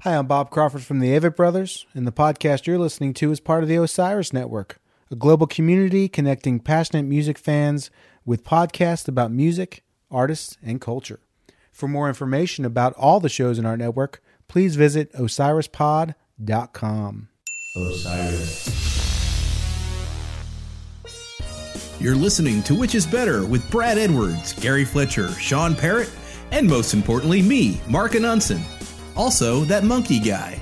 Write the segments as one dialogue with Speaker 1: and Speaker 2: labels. Speaker 1: Hi, I'm Bob Crawford from the Avett Brothers, and the podcast you're listening to is part of the Osiris Network, a global community connecting passionate music fans with podcasts about music, artists, and culture. For more information about all the shows in our network, please visit osirispod.com.
Speaker 2: You're listening to Which Is Better with Brad Edwards, Gary Fletcher, Sean Parrott, and most importantly, me, Mark Anunson. Also, that monkey guy.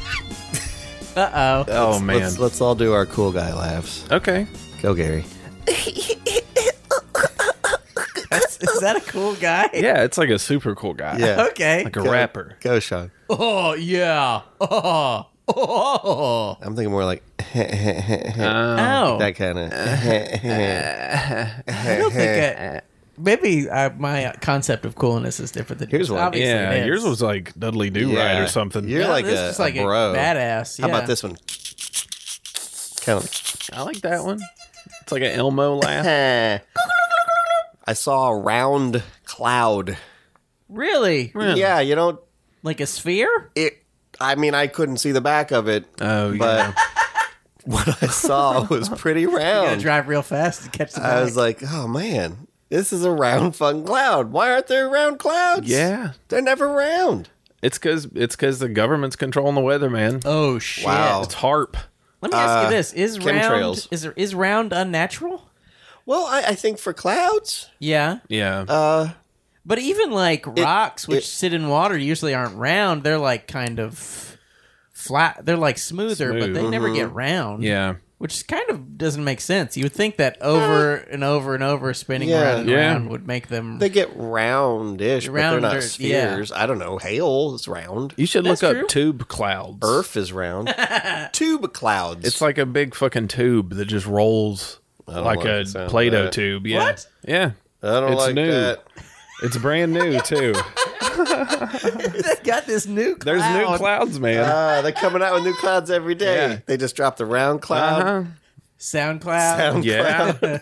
Speaker 3: Oh man.
Speaker 4: Let's, let's all do our cool guy laughs.
Speaker 3: okay.
Speaker 4: Go, Gary.
Speaker 5: Is that a cool guy?
Speaker 3: Yeah, it's like a super cool guy.
Speaker 4: Yeah.
Speaker 5: Okay.
Speaker 3: Like a rapper.
Speaker 4: Go, Sean.
Speaker 5: Oh yeah. Oh. Oh.
Speaker 4: I'm thinking more like
Speaker 3: Oh.
Speaker 5: Ow.
Speaker 4: that kind of.
Speaker 3: Uh,
Speaker 5: I don't think I, maybe I, my concept of coolness is different than
Speaker 4: Here's
Speaker 5: yours.
Speaker 4: one.
Speaker 5: Obviously
Speaker 3: Yeah,
Speaker 5: it is.
Speaker 3: yours was like Dudley Do Right or something.
Speaker 4: You're
Speaker 5: Yeah,
Speaker 4: like
Speaker 5: this
Speaker 4: a,
Speaker 5: is like
Speaker 4: a
Speaker 5: a
Speaker 4: bro.
Speaker 5: badass,
Speaker 4: How
Speaker 5: yeah.
Speaker 4: about this one? Kind of.
Speaker 3: I like that one. It's like an Elmo laugh.
Speaker 4: I saw a round cloud.
Speaker 5: really
Speaker 4: Yeah, you don't.
Speaker 5: like a sphere.
Speaker 4: It. I mean, I couldn't see the back of it,
Speaker 3: Oh yeah.
Speaker 4: but what I saw was pretty
Speaker 5: You gotta
Speaker 4: round.
Speaker 5: drive real fast to catch the.
Speaker 4: Oh. I was
Speaker 5: bike.
Speaker 4: like, oh man, this is a round fun cloud. Why aren't there round clouds?
Speaker 3: yeah.
Speaker 4: They're never round.
Speaker 3: It's cause it's cause the government's controlling the weather, man.
Speaker 5: oh shit.
Speaker 4: Wow. Uh,
Speaker 3: It's harp.
Speaker 5: Let me ask you this: Is round
Speaker 4: chemtrails.
Speaker 5: is is round unnatural?
Speaker 4: Well, I, I think for clouds, uh,
Speaker 5: Yeah,
Speaker 3: Yeah.
Speaker 5: but even like rocks, which
Speaker 4: it-
Speaker 5: sit in water, usually aren't round. They're like kind of flat. They're like smoother, but
Speaker 3: Smooth.
Speaker 5: they never get
Speaker 4: Mm-hmm.
Speaker 5: round.
Speaker 3: yeah.
Speaker 5: which kind of doesn't make sense. You would think that over and over and over spinning
Speaker 4: Uh, Yeah.
Speaker 5: around and
Speaker 3: Yeah.
Speaker 5: around would make them.
Speaker 4: they get roundish, but they're
Speaker 5: Rounder,
Speaker 4: not spheres. I don't know. Hail is round.
Speaker 3: You should
Speaker 5: That's
Speaker 3: look up
Speaker 5: true.
Speaker 3: tube clouds.
Speaker 4: Earth is round. Tube clouds.
Speaker 3: It's like a big fucking tube that just rolls
Speaker 4: don't
Speaker 3: like
Speaker 4: like
Speaker 3: a
Speaker 4: the sound of
Speaker 3: Play-Doh
Speaker 4: that.
Speaker 3: tube. Yeah.
Speaker 5: What?
Speaker 3: Yeah.
Speaker 4: I don't
Speaker 3: it's
Speaker 4: like
Speaker 3: new.
Speaker 4: that.
Speaker 3: It's brand new too.
Speaker 5: they got this new. Cloud. Uh,
Speaker 3: There's new clouds, man.
Speaker 4: Ah, they're coming out with new clouds every day.
Speaker 3: Yeah.
Speaker 4: They just dropped the round
Speaker 5: um,
Speaker 4: cloud.
Speaker 3: uh-huh.
Speaker 5: SoundCloud.
Speaker 4: Sound cloud.
Speaker 3: Yeah.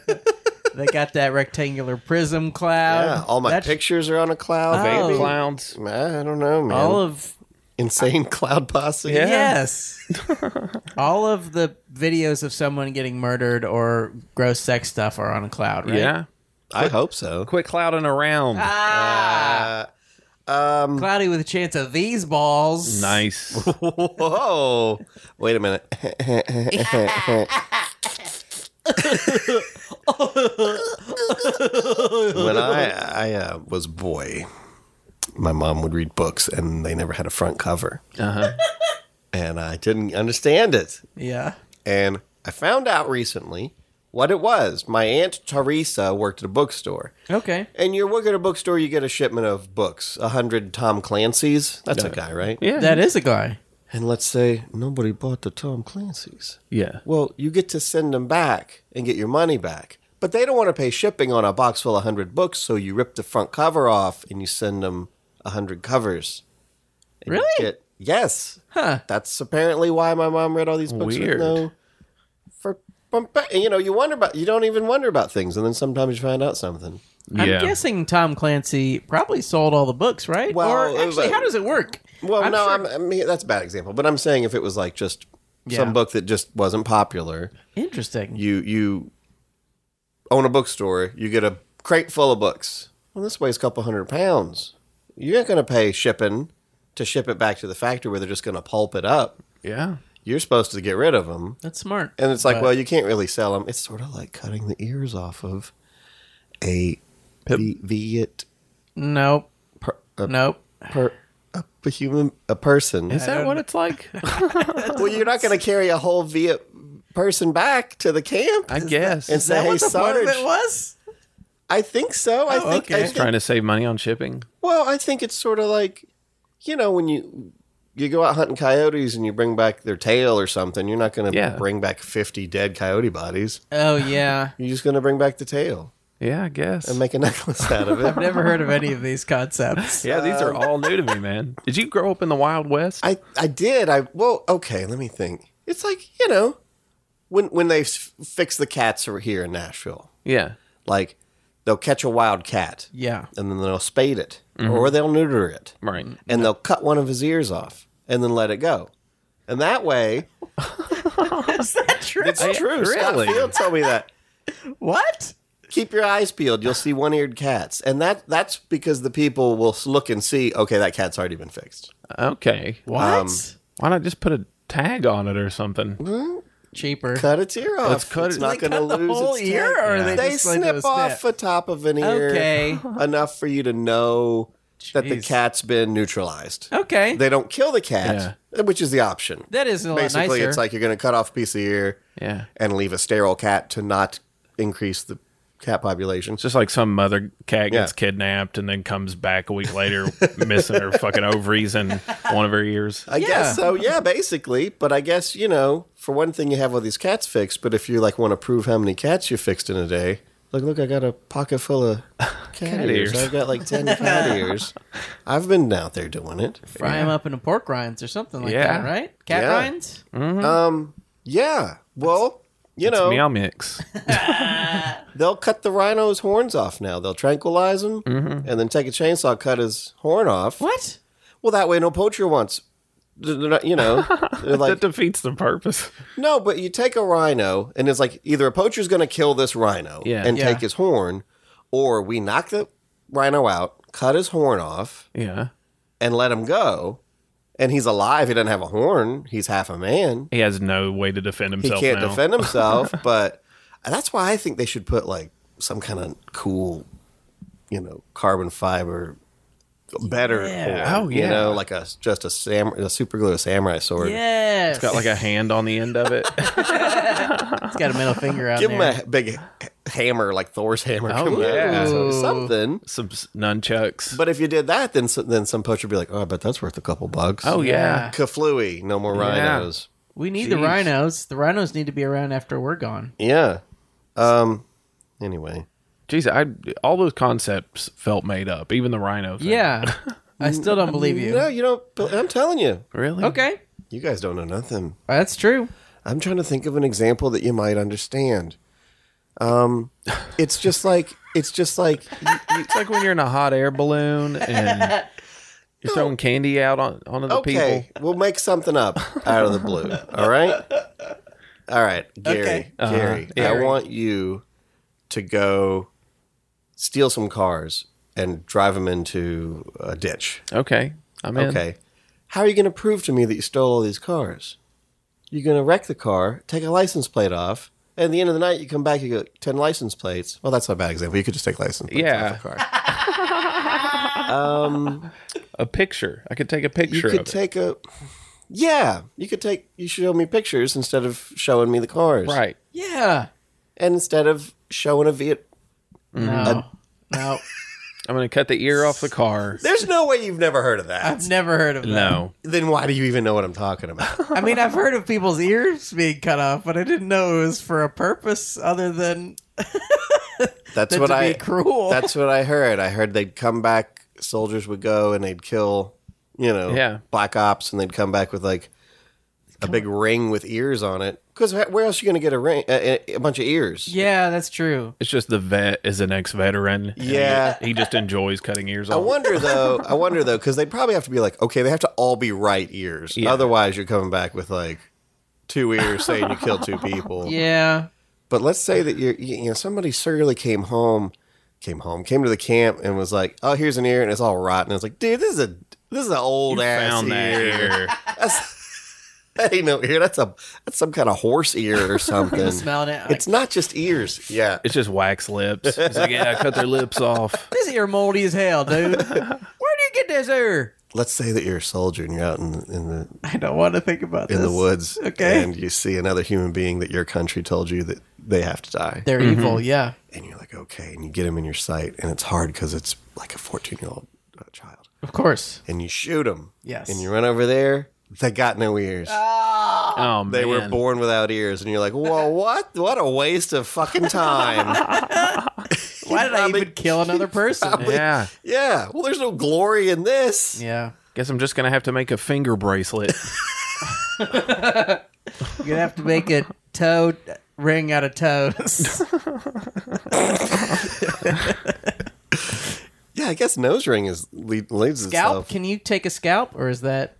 Speaker 5: they got that rectangular prism cloud.
Speaker 3: Uh,
Speaker 4: Yeah, all my
Speaker 5: That's-
Speaker 4: pictures are on a
Speaker 5: Oh.
Speaker 4: cloud.
Speaker 3: Vape clouds.
Speaker 4: I don't know, man.
Speaker 5: All of
Speaker 4: Insane cloud posse.
Speaker 3: Yeah.
Speaker 5: yes, all of the videos of someone getting murdered or gross sex stuff are on a cloud, right?
Speaker 3: Yeah.
Speaker 4: I hope so.
Speaker 3: Quit clouding around.
Speaker 5: Ah. Cloudy with a chance of these balls.
Speaker 3: Nice.
Speaker 4: Whoa! Oh, Wait a minute. when I I uh, was a boy, my mom would read books, and they never had a front cover,
Speaker 3: Uh-huh.
Speaker 4: and I didn't understand it.
Speaker 5: Yeah.
Speaker 4: And I found out recently what it was. My aunt Teresa worked at a bookstore.
Speaker 5: Okay.
Speaker 4: And you work at a bookstore, you get a shipment of books, a hundred Tom Clancy's. That's a guy, right?
Speaker 3: Yeah.
Speaker 5: That is a guy.
Speaker 4: And let's say nobody bought the Tom Clancy's.
Speaker 3: yeah.
Speaker 4: Well, you get to send them back and get your money back. But they don't want to pay shipping on a box full of 100 books, so you rip the front cover off and you send them 100 covers. And you
Speaker 5: Really?
Speaker 4: get- yes.
Speaker 5: Huh.
Speaker 4: That's apparently why my mom read all these books
Speaker 3: Weird.
Speaker 4: with no for you know, you wonder about you don't even wonder about things and then sometimes you find out something.
Speaker 5: I'm
Speaker 3: yeah.
Speaker 5: guessing Tom Clancy probably sold all the books, right?
Speaker 4: Well,
Speaker 5: or
Speaker 4: it was
Speaker 5: actually,
Speaker 4: a-
Speaker 5: how does it work?
Speaker 4: Well, no,
Speaker 5: sure-
Speaker 4: I'm, I mean, that's a bad example, but I'm saying if it was like just
Speaker 5: Yeah.
Speaker 4: some book that just wasn't popular,
Speaker 5: interesting.
Speaker 4: you you own a bookstore, you get a crate full of books. Well, this weighs a couple hundred pounds. You ain't gonna pay shipping to ship it back to the factory where they're just gonna pulp it up.
Speaker 3: Yeah.
Speaker 4: You're supposed to get rid of them,
Speaker 5: That's smart.
Speaker 4: and it's like,
Speaker 5: But-
Speaker 4: well, you can't really sell them. It's sort of like cutting the ears off of a vi- Viet
Speaker 5: nope,
Speaker 4: per, a,
Speaker 5: nope.
Speaker 4: per, a, a human a person.
Speaker 3: Is that what it's like?
Speaker 4: well, you're not gonna carry a whole Viet person back to the camp
Speaker 3: I guess.
Speaker 4: and
Speaker 3: It's
Speaker 4: say, "Hey,
Speaker 5: what the point of
Speaker 4: Sarge."
Speaker 5: it was? Oh,
Speaker 4: I think so. I think
Speaker 5: okay.
Speaker 4: I think
Speaker 3: trying to save money on shipping.
Speaker 4: Well, I think it's sort of like, you know, when you you go out hunting coyotes and you bring back their tail or something, you're not going to
Speaker 3: Yeah.
Speaker 4: bring back 50 dead coyote bodies.
Speaker 5: Oh yeah,
Speaker 4: You're just going to bring back the tail
Speaker 3: Yeah, I guess.
Speaker 4: and make a necklace out of it.
Speaker 5: never heard of any of these concepts.
Speaker 3: yeah, these are all new to me, man. Did you grow up in the Wild West?
Speaker 4: I I did. I well, okay, let me think. It's like, you know, when when they f- fix the cats over here in Nashville,
Speaker 3: yeah.
Speaker 4: like they'll catch a wild cat
Speaker 5: Yeah.
Speaker 4: and then they'll spade it or they'll neuter it
Speaker 3: Right.
Speaker 4: and they'll cut one of his ears off. and then let it go. And that way,
Speaker 5: Is that true?
Speaker 4: it's true. Scott
Speaker 3: really?
Speaker 4: Field told me that.
Speaker 5: what?
Speaker 4: Keep your eyes peeled. You'll see one-eared cats, and that that's because the people will s- look and see. Okay, that cat's already been fixed.
Speaker 3: Okay. Um,
Speaker 5: What?
Speaker 4: Um,
Speaker 3: Why not just put a tag on it or something?
Speaker 5: Cheaper.
Speaker 4: Cut its ear off.
Speaker 3: Let's cut
Speaker 4: it's
Speaker 3: it.
Speaker 4: not
Speaker 5: They
Speaker 4: going to
Speaker 5: cut the
Speaker 4: lose
Speaker 5: whole
Speaker 4: its
Speaker 5: ear,
Speaker 4: tag.
Speaker 5: or
Speaker 3: Yeah.
Speaker 5: they,
Speaker 4: They
Speaker 5: just, like, do a
Speaker 4: snip off
Speaker 5: snip?
Speaker 4: the top of an ear.
Speaker 5: Okay.
Speaker 4: enough for you to know that the
Speaker 5: Jeez.
Speaker 4: cat's been neutralized.
Speaker 5: Okay.
Speaker 4: They don't kill the cat, eh, which is the option.
Speaker 5: that is a lot
Speaker 4: Basically,
Speaker 5: nicer.
Speaker 4: it's like you're going to cut off a piece of ear
Speaker 3: Yeah.
Speaker 4: and leave a sterile cat to not increase the cat population.
Speaker 3: It's just like some mother cat gets
Speaker 4: Yeah.
Speaker 3: kidnapped and then comes back a week later missing her fucking ovaries and one of her ears.
Speaker 4: I
Speaker 5: Yeah.
Speaker 4: guess so. Yeah, basically. But I guess you know, for one thing, you have all these cats fixed. But if you like want to prove how many cats you fixed in a day, like, look, I got a pocket full of cat, ears.
Speaker 3: ears.
Speaker 4: I've got like ten cat ears. I've been out there doing it.
Speaker 5: fry them up into pork rinds or something like
Speaker 3: Yeah.
Speaker 5: that, right? Cat
Speaker 4: Yeah.
Speaker 5: rinds.
Speaker 4: Um, yeah. Well, you know,
Speaker 3: Meow mix.
Speaker 4: they'll cut the rhino's horns off now. They'll tranquilize him and then take a chainsaw, cut his horn off.
Speaker 5: What?
Speaker 4: Well, that way no poacher wants. They're not- you know, they're
Speaker 3: that
Speaker 4: like,
Speaker 3: defeats the purpose.
Speaker 4: no, but you take a rhino and it's like either a poacher's going to kill this rhino
Speaker 3: Yeah.
Speaker 4: and
Speaker 5: Yeah.
Speaker 4: take his horn, or we knock the rhino out, cut his horn off,
Speaker 3: Yeah.
Speaker 4: and let him go. And he's alive. He doesn't have a horn. He's half a man.
Speaker 3: He has no way to defend
Speaker 4: he
Speaker 3: himself
Speaker 4: can't
Speaker 3: now.
Speaker 4: defend himself. but that's why I think they should put like some kind of cool, you know, carbon fiber, better.
Speaker 5: Yeah.
Speaker 4: horn,
Speaker 3: Oh,
Speaker 4: You
Speaker 3: yeah.
Speaker 4: know, like a just a sam a super glue a samurai sword.
Speaker 5: Yes.
Speaker 3: Got like a hand on the end of it.
Speaker 5: it's got a middle finger out
Speaker 4: Give
Speaker 5: there.
Speaker 4: him a big h- hammer like Thor's hammer.
Speaker 3: Oh,
Speaker 4: Come on,
Speaker 3: yeah.
Speaker 4: so- something.
Speaker 3: Some s- nunchucks.
Speaker 4: But if you did that, then some, then some poacher would be like, "Oh, I bet that's worth a couple bucks."
Speaker 3: oh, yeah.
Speaker 4: Kaflooey, no more
Speaker 3: Yeah.
Speaker 4: rhinos.
Speaker 5: we need the
Speaker 3: Jeez.
Speaker 5: rhinos. The rhinos need to be around after we're gone.
Speaker 4: Yeah. Um. Anyway,
Speaker 3: Jeez, I all those concepts felt made up. Even the rhino. Thing.
Speaker 5: Yeah. I still don't believe you.
Speaker 4: no, you don't. I'm telling you,
Speaker 3: Really?
Speaker 5: Okay.
Speaker 4: you guys don't know nothing.
Speaker 5: That's true.
Speaker 4: I'm trying to think of an example that you might understand. Um, it's just like it's just like you- you-
Speaker 3: It's like when you're in a hot air balloon and you're throwing candy out on onto the
Speaker 4: okay,
Speaker 3: people.
Speaker 4: we'll make something up out of the blue. All right, all right, Gary,
Speaker 5: Okay.
Speaker 3: Uh-huh.
Speaker 4: Gary, I
Speaker 5: Gary.
Speaker 4: want you to go steal some cars and drive them into a ditch.
Speaker 3: Okay. I'm in.
Speaker 4: Okay, how are you going to prove to me that you stole all these cars? You're going to wreck the car, take a license plate off. And at the end of the night, you come back, you go 10 license plates. Well, that's not a bad example. You could just take license plates
Speaker 3: Yeah.
Speaker 4: off the car.
Speaker 3: A picture. I could take a
Speaker 4: You
Speaker 3: picture
Speaker 4: could
Speaker 3: of
Speaker 4: take a. Yeah, you could take. You show me pictures instead of showing me the cars.
Speaker 3: it. Right.
Speaker 5: Yeah.
Speaker 4: And instead of showing a Viet. Mm-hmm.
Speaker 5: No. No.
Speaker 3: I'm going to cut the ear off the car.
Speaker 4: There's no way you've never heard of that.
Speaker 5: I've never heard of that.
Speaker 3: No.
Speaker 4: then why do you even know what I'm talking about?
Speaker 5: I mean, I've heard of people's ears being cut off, but I didn't know it was for a purpose other than,
Speaker 4: That's
Speaker 5: than
Speaker 4: what
Speaker 5: to
Speaker 4: I.
Speaker 5: be cruel.
Speaker 4: That's what I heard. I heard they'd come back. Soldiers would go and they'd kill. You know,
Speaker 3: Yeah.
Speaker 4: black ops, and they'd come back with like a big ring with ears on it. Because where else are you going to get a ring? A, a- a bunch of ears.
Speaker 5: yeah, that's true.
Speaker 3: It's just the vet is an ex veteran.
Speaker 4: Yeah.
Speaker 3: He just enjoys cutting ears
Speaker 4: I
Speaker 3: off.
Speaker 4: wonder though. I wonder though because they'd probably have to be like, okay, they have to all be right ears.
Speaker 3: Yeah.
Speaker 4: Otherwise, you're coming back with like two ears saying you killed two people.
Speaker 5: Yeah.
Speaker 4: But let's say that you're, you you know, somebody surly came home, came home, came to the camp and was like, oh, here's an ear and it's all rotten. It's like, dude, this is a this is an old ass
Speaker 3: Found that
Speaker 4: ear.
Speaker 3: ear.
Speaker 4: That ain't no ear. That's a that's some kind of horse ear or something.
Speaker 5: Smelling it.
Speaker 4: It's not just ears. Yeah.
Speaker 3: It's just wax lips. It's like, yeah, I cut their lips off.
Speaker 5: This ear moldy as hell, dude. Where do you get this ear?
Speaker 4: Let's say that you're a soldier and you're out in in the
Speaker 5: I don't want to think about
Speaker 4: in
Speaker 5: this.
Speaker 4: the woods.
Speaker 5: Okay.
Speaker 4: And you see another human being that your country told you that they have to die.
Speaker 5: They're evil, yeah.
Speaker 4: And you're like, okay. And you get him in your sight, and it's hard because it's like a 14 year old uh, child.
Speaker 5: Of course.
Speaker 4: And you shoot him.
Speaker 5: Yes.
Speaker 4: And you run over there. They got no ears.
Speaker 3: Oh, man.
Speaker 4: they were born without ears. And you're like, well, what? What a waste of fucking time.
Speaker 5: Why did I
Speaker 4: probably-
Speaker 5: even kill another person?
Speaker 3: Yeah.
Speaker 4: yeah. Well, there's no glory in this.
Speaker 5: yeah.
Speaker 3: Guess I'm just going to have to make a finger bracelet.
Speaker 5: You're going to have to make a toe ring out of toes.
Speaker 4: Yeah, I guess nose ring is le- leads
Speaker 5: scalp?
Speaker 4: itself.
Speaker 5: Can you take a scalp or is that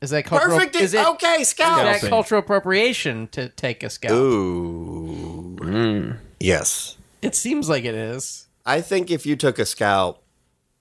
Speaker 5: Is that cultural?
Speaker 4: Perfect.
Speaker 5: Is it,
Speaker 4: okay,
Speaker 5: is
Speaker 4: scalp.
Speaker 5: that cultural appropriation to take a scalp?
Speaker 4: Ooh. Yes.
Speaker 5: It seems like it is.
Speaker 4: I think if you took a scalp,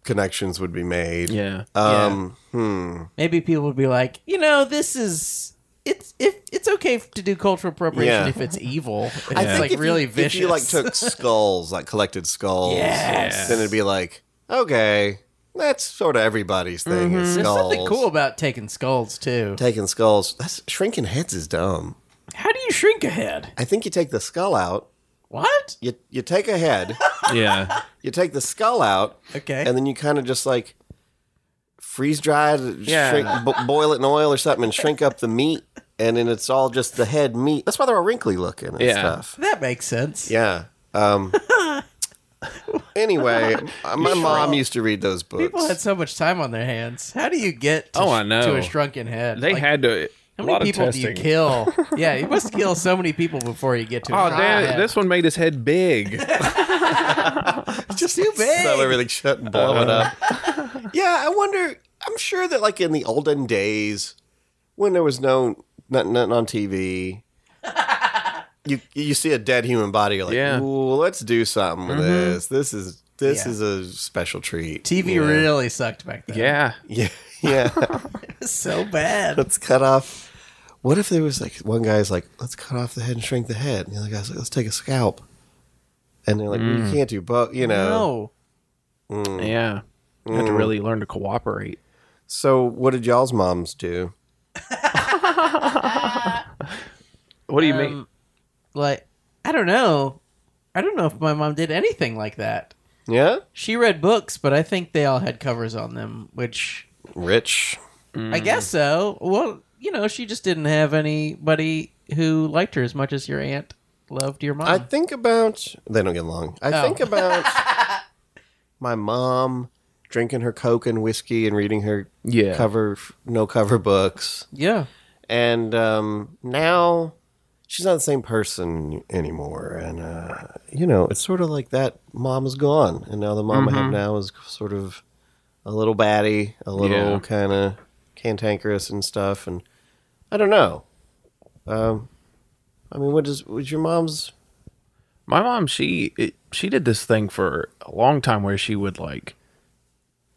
Speaker 4: connections would be made.
Speaker 3: Yeah.
Speaker 5: Uh,
Speaker 4: Um,
Speaker 5: Maybe people would be like, you know, this is it's if it's okay to do cultural appropriation
Speaker 4: Yeah.
Speaker 5: if it's evil. If
Speaker 4: I
Speaker 5: It's
Speaker 4: think
Speaker 5: like
Speaker 4: if you-
Speaker 5: really
Speaker 4: if
Speaker 5: vicious.
Speaker 4: you like took skulls, like collected skulls,
Speaker 5: Yes.
Speaker 4: then it'd be like, okay, that's sort of everybody's thing.
Speaker 5: Mm-hmm.
Speaker 4: Is
Speaker 5: There's
Speaker 4: skulls.
Speaker 5: something cool about taking skulls too.
Speaker 4: Taking skulls. That's shrinking heads is dumb.
Speaker 5: How do you shrink a head?
Speaker 4: I think you take the skull out.
Speaker 5: What?
Speaker 4: You you take a head.
Speaker 3: yeah.
Speaker 4: you take the skull out.
Speaker 5: Okay.
Speaker 4: And then you kind of just like freeze dry it,
Speaker 3: Yeah.
Speaker 4: shrink, b- boil it in oil or something, and shrink up the meat. And then it's all just the head meat. That's why they're all wrinkly looking and
Speaker 3: Yeah.
Speaker 4: stuff.
Speaker 5: That makes sense.
Speaker 4: Yeah. Um, anyway, my mom used to read those books.
Speaker 5: People had so much time on their hands. How do you get to,
Speaker 3: Oh, I
Speaker 5: sh-
Speaker 3: know.
Speaker 5: to a shrunken head?
Speaker 3: They
Speaker 5: Like,
Speaker 3: had to.
Speaker 5: how
Speaker 3: a
Speaker 5: many
Speaker 3: lot
Speaker 5: people
Speaker 3: of
Speaker 5: do you
Speaker 3: testing.
Speaker 5: kill? yeah, you must kill so many people before you get to.
Speaker 3: Oh
Speaker 5: a shrunken
Speaker 3: damn!
Speaker 5: head.
Speaker 3: This one made his head big.
Speaker 5: just too big.
Speaker 4: sew everything shut and blow it up. yeah, I wonder. I'm sure that like in the olden days, when there was no nothing, nothing on TV, you you see a dead human body, you're like,
Speaker 3: Yeah.
Speaker 4: ooh, let's do something with this. This is this
Speaker 5: Yeah.
Speaker 4: is a special treat.
Speaker 5: TV
Speaker 4: yeah.
Speaker 5: really sucked back then.
Speaker 3: yeah.
Speaker 4: yeah, yeah.
Speaker 5: so bad.
Speaker 4: let's cut off. What if there was like one guy's like, let's cut off the head and shrink the head, and the other guy's like, let's take a scalp, and they're like, well, you can't do both, you know.
Speaker 5: No, Mm.
Speaker 3: Yeah. You had to really learn to cooperate.
Speaker 4: So what did y'all's moms do?
Speaker 3: What do you mean?
Speaker 5: Um, like I don't know. I don't know if my mom did anything like that.
Speaker 4: Yeah,
Speaker 5: She read books, but I think they all had covers on them, which
Speaker 4: rich. Hmm.
Speaker 5: I guess so. Well, you know, she just didn't have anybody who liked her as much as your aunt loved your mom.
Speaker 4: I think about they don't get along. I
Speaker 5: Oh.
Speaker 4: think about my mom drinking her coke and whiskey and reading her
Speaker 3: Yeah.
Speaker 4: cover no cover books,
Speaker 5: yeah.
Speaker 4: and um, now she's not the same person anymore. And uh, you know, it's sort of like that mom is gone, and now the mom I
Speaker 3: Mm-hmm.
Speaker 4: have now is sort of a little batty, a little
Speaker 3: Yeah.
Speaker 4: kind of cantankerous and stuff. And I don't know. Um, I mean, what does was your mom's
Speaker 3: my mom she it, she did this thing for a long time where she would like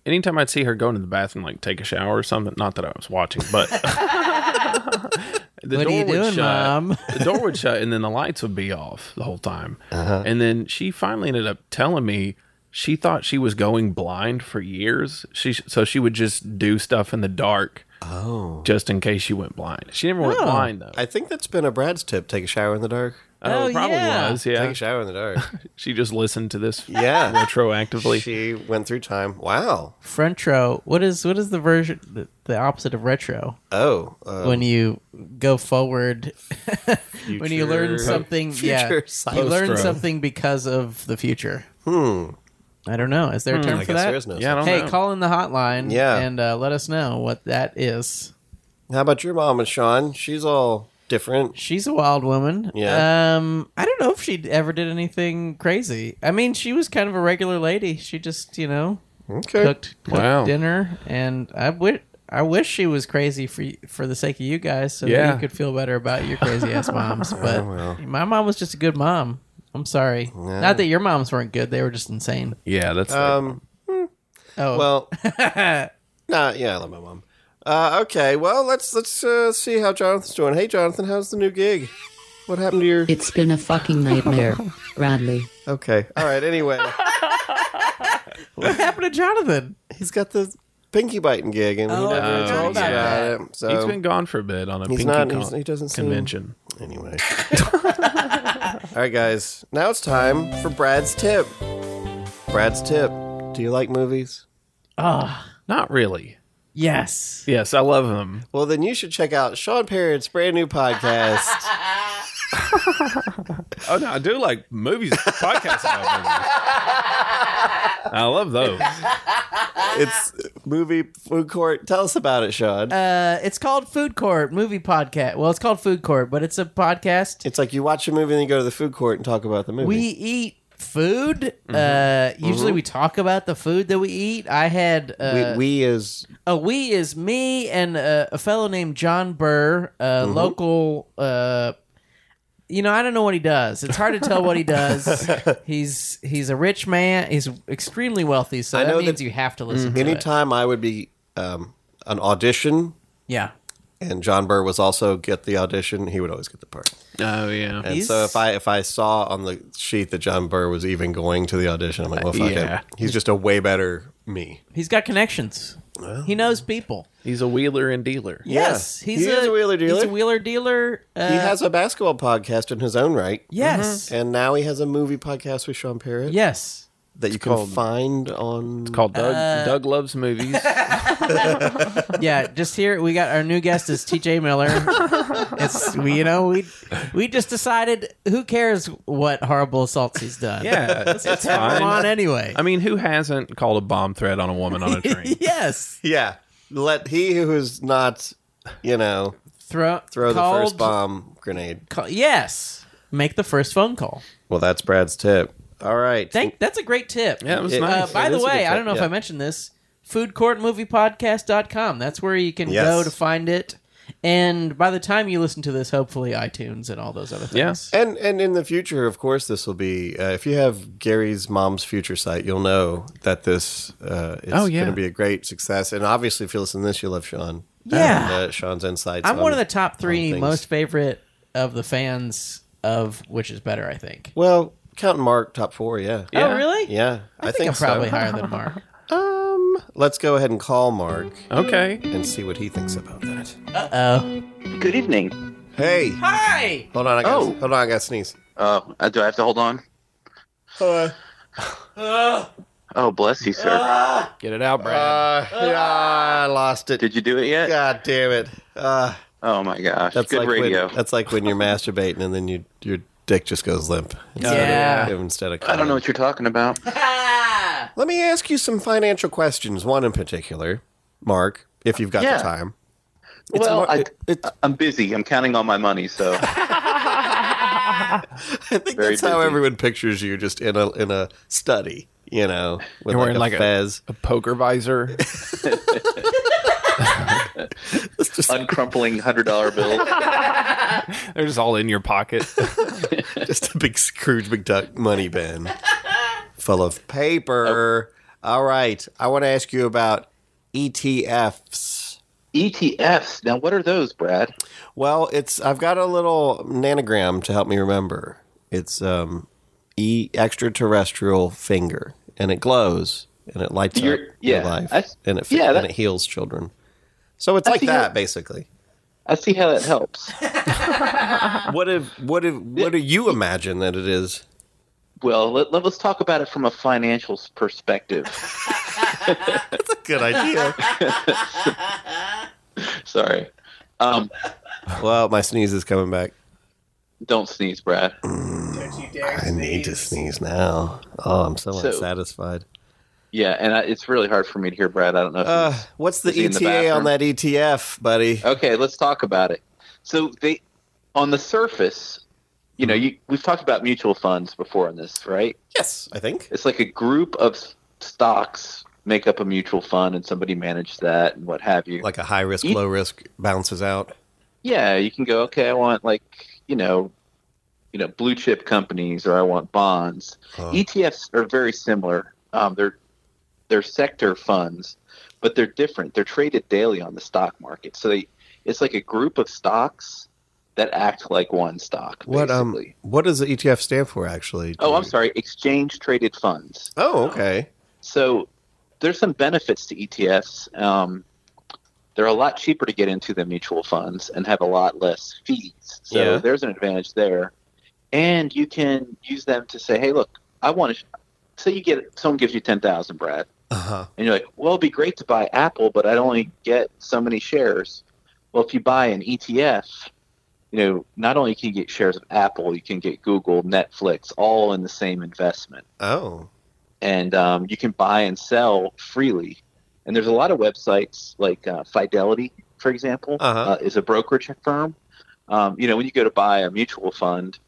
Speaker 3: anytime i'd see her go into the bathroom like take a shower or something not that i was watching but the
Speaker 5: What are you doing, Mom?
Speaker 3: the door would shut and then the lights would be off the whole time
Speaker 4: Uh-huh.
Speaker 3: and then she finally ended up telling me she thought she was going blind for years she so she would just do stuff in the dark oh just in case she went blind she never went blind though
Speaker 4: I think that's been a Brad's tip. Take a shower in the dark.
Speaker 5: Oh,
Speaker 3: it probably
Speaker 5: yeah.
Speaker 3: was
Speaker 4: Take
Speaker 3: yeah
Speaker 4: a shower in the dark.
Speaker 3: she just listened to this
Speaker 4: Yeah.
Speaker 3: retroactively
Speaker 4: she went through time. Wow.
Speaker 5: Frontro. What is what is the version the, the opposite of retro?
Speaker 4: Oh. Uh,
Speaker 5: when you go forward when you learn
Speaker 4: Future-
Speaker 5: something yeah
Speaker 4: future sci-
Speaker 5: you learn
Speaker 3: Post-row.
Speaker 5: something because of the future hmm i don't know is there a term
Speaker 4: I
Speaker 5: for
Speaker 4: guess
Speaker 5: that
Speaker 4: there is no.
Speaker 3: Yeah, I
Speaker 4: such-
Speaker 3: don't
Speaker 5: hey
Speaker 3: know.
Speaker 5: call in the hotline
Speaker 4: Yeah.
Speaker 5: and uh, let us know what that is
Speaker 4: How about your mom and Sean? She's all different.
Speaker 5: she's a wild woman
Speaker 4: Yeah.
Speaker 5: um i don't know if she ever did anything crazy i mean she was kind of a regular lady she just you know
Speaker 4: Okay.
Speaker 5: cooked, cooked
Speaker 3: Wow.
Speaker 5: dinner and i wish I wish she was crazy for y- for the sake of you guys, so that
Speaker 3: Yeah.
Speaker 5: you could feel better about your crazy ass
Speaker 4: Oh,
Speaker 5: moms. But my mom was just a good mom. I'm sorry. Not that your moms weren't good; they were just insane.
Speaker 3: Yeah, that's
Speaker 4: Um.
Speaker 5: Oh,
Speaker 4: Well. nah. Yeah. I love my mom. Uh, okay. Well, let's let's uh, see how Jonathan's doing. Hey, Jonathan, how's the new gig? What happened to your?
Speaker 6: It's been a fucking nightmare, Bradley.
Speaker 4: Okay. All right. Anyway,
Speaker 5: what happened to Jonathan?
Speaker 4: he's got the pinky biting gig, and
Speaker 3: Oh,
Speaker 4: he never
Speaker 5: forgot
Speaker 4: talks
Speaker 5: about
Speaker 4: about it. So
Speaker 3: he's been gone for a bit on a
Speaker 4: um, He's
Speaker 3: pinky
Speaker 4: not-
Speaker 3: con-
Speaker 4: he's- he doesn't seem-
Speaker 3: convention.
Speaker 4: Anyway. All right, guys. Now it's time for Brad's tip. Brad's tip. Do you like movies?
Speaker 3: Not really.
Speaker 5: Yes,
Speaker 3: Yes, I love him.
Speaker 4: Well, then you should check out Sean Parrott's brand new podcast.
Speaker 3: Oh no, I do like movies, podcasts about movies. I love those.
Speaker 4: it's movie food court. Tell us about it, Sean.
Speaker 5: uh, it's called Food Court Movie Podcast. Well, it's called Food Court, but it's a podcast.
Speaker 4: it's like you watch a movie Mm-hmm. and then you go to the food court and talk about the movie.
Speaker 5: We eat food. Uh, usually we talk about the food that we eat. I had uh,
Speaker 4: we, we is
Speaker 5: a we is me and uh, a fellow named John Burr, a
Speaker 4: Mm-hmm.
Speaker 5: local. Uh, you know, I don't know what he does. It's hard to tell what he does. he's he's a rich man. He's extremely wealthy, so
Speaker 4: I
Speaker 5: that
Speaker 4: know
Speaker 5: means
Speaker 4: that Mm-hmm.
Speaker 5: you have to listen. to it.
Speaker 4: anytime I would be um, an audition,
Speaker 5: yeah,
Speaker 4: and John Burr was also get the audition. He would always get the part.
Speaker 3: Oh yeah.
Speaker 4: And
Speaker 5: He's-
Speaker 4: so if I if I saw on the sheet that John Burr was even going to the audition, I'm like, well, fuck
Speaker 3: Yeah.
Speaker 4: it. He's just a way better me.
Speaker 5: he's got connections. he knows people.
Speaker 3: He's a wheeler and dealer.
Speaker 5: Yes,
Speaker 4: Yeah.
Speaker 5: he's
Speaker 4: He is a wheeler
Speaker 5: He's
Speaker 4: dealer.
Speaker 5: a wheeler dealer. Uh,
Speaker 4: He has a basketball podcast in his own right.
Speaker 5: yes,
Speaker 4: And now he has a movie podcast with Sean Parrott
Speaker 5: yes.
Speaker 4: that you can find on.
Speaker 3: It's called Doug Doug Loves Movies.
Speaker 5: yeah, just here we got our new guest is TJ Miller. It's we you know we we just decided who cares what horrible assaults he's done.
Speaker 3: yeah. It's
Speaker 5: Have him on
Speaker 3: fine.
Speaker 5: anyway.
Speaker 3: I mean, who hasn't called a bomb threat on a woman on a train?
Speaker 5: yes,
Speaker 4: Yeah. Let he who's not, you know,
Speaker 5: throw
Speaker 4: throw the
Speaker 5: called-
Speaker 4: first bomb grenade.
Speaker 5: call- yes, make the first phone call.
Speaker 4: Well, that's Brad's tip. All right.
Speaker 5: Thank that's a great tip.
Speaker 3: Yeah, it was
Speaker 4: It-
Speaker 5: Uh,
Speaker 3: nice.
Speaker 5: by
Speaker 4: It
Speaker 5: the
Speaker 4: is a good
Speaker 5: way, I
Speaker 4: tip,
Speaker 5: don't know if
Speaker 4: yeah.
Speaker 5: I mentioned this. Foodcourtmoviepodcast.com. That's where you can
Speaker 4: Yes.
Speaker 5: go to find it. And by the time you listen to this, hopefully iTunes and all those other things.
Speaker 3: Yeah.
Speaker 4: And and in the future, of course, this will be. Uh, if you have Gary's mom's future site, you'll know that this uh, is
Speaker 3: Oh, yeah.
Speaker 4: going to be a great success. And obviously, if you listen to this, you love Sean.
Speaker 5: Yeah.
Speaker 4: and, uh, Sean's insights.
Speaker 5: I'm
Speaker 4: on-
Speaker 5: one of the top three
Speaker 4: things.
Speaker 5: most favorite of the fans of which is better. I think.
Speaker 4: Well, counting Mark top four. Yeah, yeah.
Speaker 5: Oh, really? I, think, I'm
Speaker 4: so.
Speaker 5: probably higher than Mark.
Speaker 4: Um, let's go ahead and call Mark
Speaker 3: Okay.
Speaker 4: and see what he thinks about that.
Speaker 5: Oh,
Speaker 7: Good evening.
Speaker 4: Hey,
Speaker 5: hi.
Speaker 4: hold on. I got.
Speaker 7: Oh.
Speaker 4: Hold on. I got to sneeze. Uh,
Speaker 7: Oh, uh, do I have to hold on? Oh, bless you, sir.
Speaker 3: Get it out, Brad.
Speaker 4: Uh, yeah, I lost it.
Speaker 7: Did you do it yet?
Speaker 4: God damn it. Uh,
Speaker 7: Oh my gosh,
Speaker 4: That's
Speaker 7: good
Speaker 4: like
Speaker 7: radio.
Speaker 4: When, that's like when you're masturbating and then you your dick just goes limp.
Speaker 5: Yeah.
Speaker 4: Of, instead of
Speaker 7: I don't know what you're talking about.
Speaker 5: Ah.
Speaker 4: Let me ask you some financial questions. One in particular, Mark, if you've got
Speaker 7: Yeah.
Speaker 4: the time.
Speaker 7: well,
Speaker 4: mar-
Speaker 7: I,
Speaker 4: it- it's-
Speaker 7: am busy. I'm counting all my money, so
Speaker 4: I think
Speaker 7: Very
Speaker 4: that's how
Speaker 7: busy.
Speaker 4: everyone pictures you, just in a in a study, you know, with
Speaker 3: You're
Speaker 4: like,
Speaker 3: wearing
Speaker 4: a
Speaker 3: like a-
Speaker 4: fez.
Speaker 3: a poker visor.
Speaker 4: It's just,
Speaker 7: uncrumpling hundred dollar bills.
Speaker 3: They're just all in your pocket.
Speaker 4: just a big Scrooge McDuck money bin full of paper.
Speaker 7: Oh.
Speaker 4: All right, I want to ask you about E ETFs.
Speaker 7: ETFs. E Now, what are those, Brad?
Speaker 4: Well, it's I've got a little nanogram to help me remember. It's um, e extraterrestrial finger, and it glows and it lights
Speaker 7: You're-
Speaker 4: up
Speaker 7: yeah,
Speaker 4: your life,
Speaker 7: that's-
Speaker 4: and it
Speaker 7: yeah,
Speaker 4: and
Speaker 7: that-
Speaker 4: it heals children. So it's
Speaker 7: I
Speaker 4: like
Speaker 7: see
Speaker 4: that,
Speaker 7: it.
Speaker 4: basically.
Speaker 7: I see how that helps. Uh-huh.
Speaker 4: What if what if what do you imagine that it is?
Speaker 7: Well, let, let, us talk about it from a financial s- perspective.
Speaker 4: Good idea.
Speaker 7: Sorry. Um,
Speaker 4: well, my sneeze is coming back.
Speaker 7: don't sneeze, Brad.
Speaker 4: I need to sneeze now. Oh, I'm so,
Speaker 7: So-
Speaker 4: unsatisfied.
Speaker 7: Yeah, and I, it's really hard for me to hear, Brad. I don't know. If
Speaker 4: Uh, what's the
Speaker 7: Is he in the
Speaker 4: ETA on
Speaker 7: bathroom? Uh,
Speaker 4: that ETF, buddy?
Speaker 7: Okay, let's talk about it. So they, on the surface, you know, you, we've talked about mutual funds before on this, right?
Speaker 4: Yes, I think.
Speaker 7: It's like a group of s- stocks make up a mutual fund, and somebody manages that and what have you.
Speaker 4: Like a high risk,
Speaker 7: E-
Speaker 4: low risk bounces out.
Speaker 7: yeah, you can go. Okay, I want like you know, you know, blue chip companies, or I want bonds.
Speaker 4: Huh.
Speaker 7: ETFs are very similar. Um, they're they're sector funds, but they're different. They're traded daily on the stock market, so they it's like a group of stocks that act like one stock.
Speaker 4: What um Hmm.
Speaker 7: basically.
Speaker 4: what does the ETF stand for actually?
Speaker 7: Oh, I'm sorry, exchange traded funds.
Speaker 4: Oh, okay.
Speaker 7: So there's some benefits to ETFs. Um, they're a lot cheaper to get into than mutual funds and have a lot less fees. So
Speaker 4: Yeah.
Speaker 7: there's an advantage there. And you can use them to say, hey, look, I want to. So you get someone gives you ten thousand, Brad,
Speaker 4: Uh-huh.
Speaker 7: and you're like, well, it'd be great to buy Apple, but I'd only get so many shares. Well, if you buy an ETF, you know, not only can you get shares of Apple, you can get Google, Netflix, all in the same investment
Speaker 4: Oh.
Speaker 7: and um, you can buy and sell freely. And there's a lot of websites like uh, Fidelity, for example,
Speaker 4: Uh-huh.
Speaker 7: uh, is a brokerage firm. Um, you know, when you go to buy a mutual fund,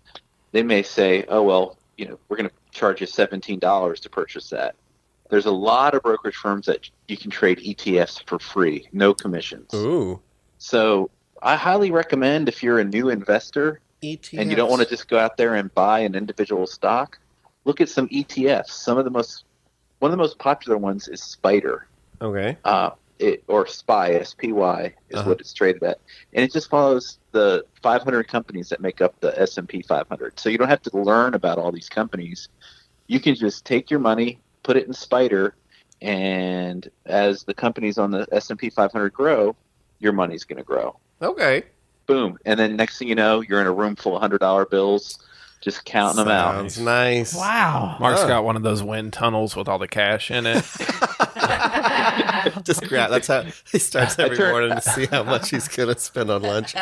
Speaker 7: they may say, "Oh well, you know, we're going to charge you seventeen dollars to purchase that. There's a lot of brokerage firms that you can trade ETFs for free, no commissions.
Speaker 4: Ooh.
Speaker 7: So I highly recommend if you're a new investor
Speaker 6: ETFs.
Speaker 7: and you don't want to just go out there and buy an individual stock, look at some ETFs. Some of the most one of the most popular ones is Spider
Speaker 4: Okay.
Speaker 7: uh, it, or SPY, SPY is
Speaker 4: Uh-huh.
Speaker 7: what it's traded at, and it just follows the 500 companies that make up the S&P 500. So you don't have to learn about all these companies. You can just take your money, put it in Spider, and as the companies on the S&P 500 grow, your money's going to grow.
Speaker 4: Okay.
Speaker 7: Boom! And then next thing you know, you're in a room full of hundred dollar bills, just counting them out.
Speaker 4: Sounds nice.
Speaker 5: Wow.
Speaker 3: Mark's
Speaker 4: Oh.
Speaker 3: got one of those wind tunnels with all the cash in it.
Speaker 4: Just grab. That's how he starts every
Speaker 7: turned-
Speaker 4: morning to see how much he's gonna spend on lunch.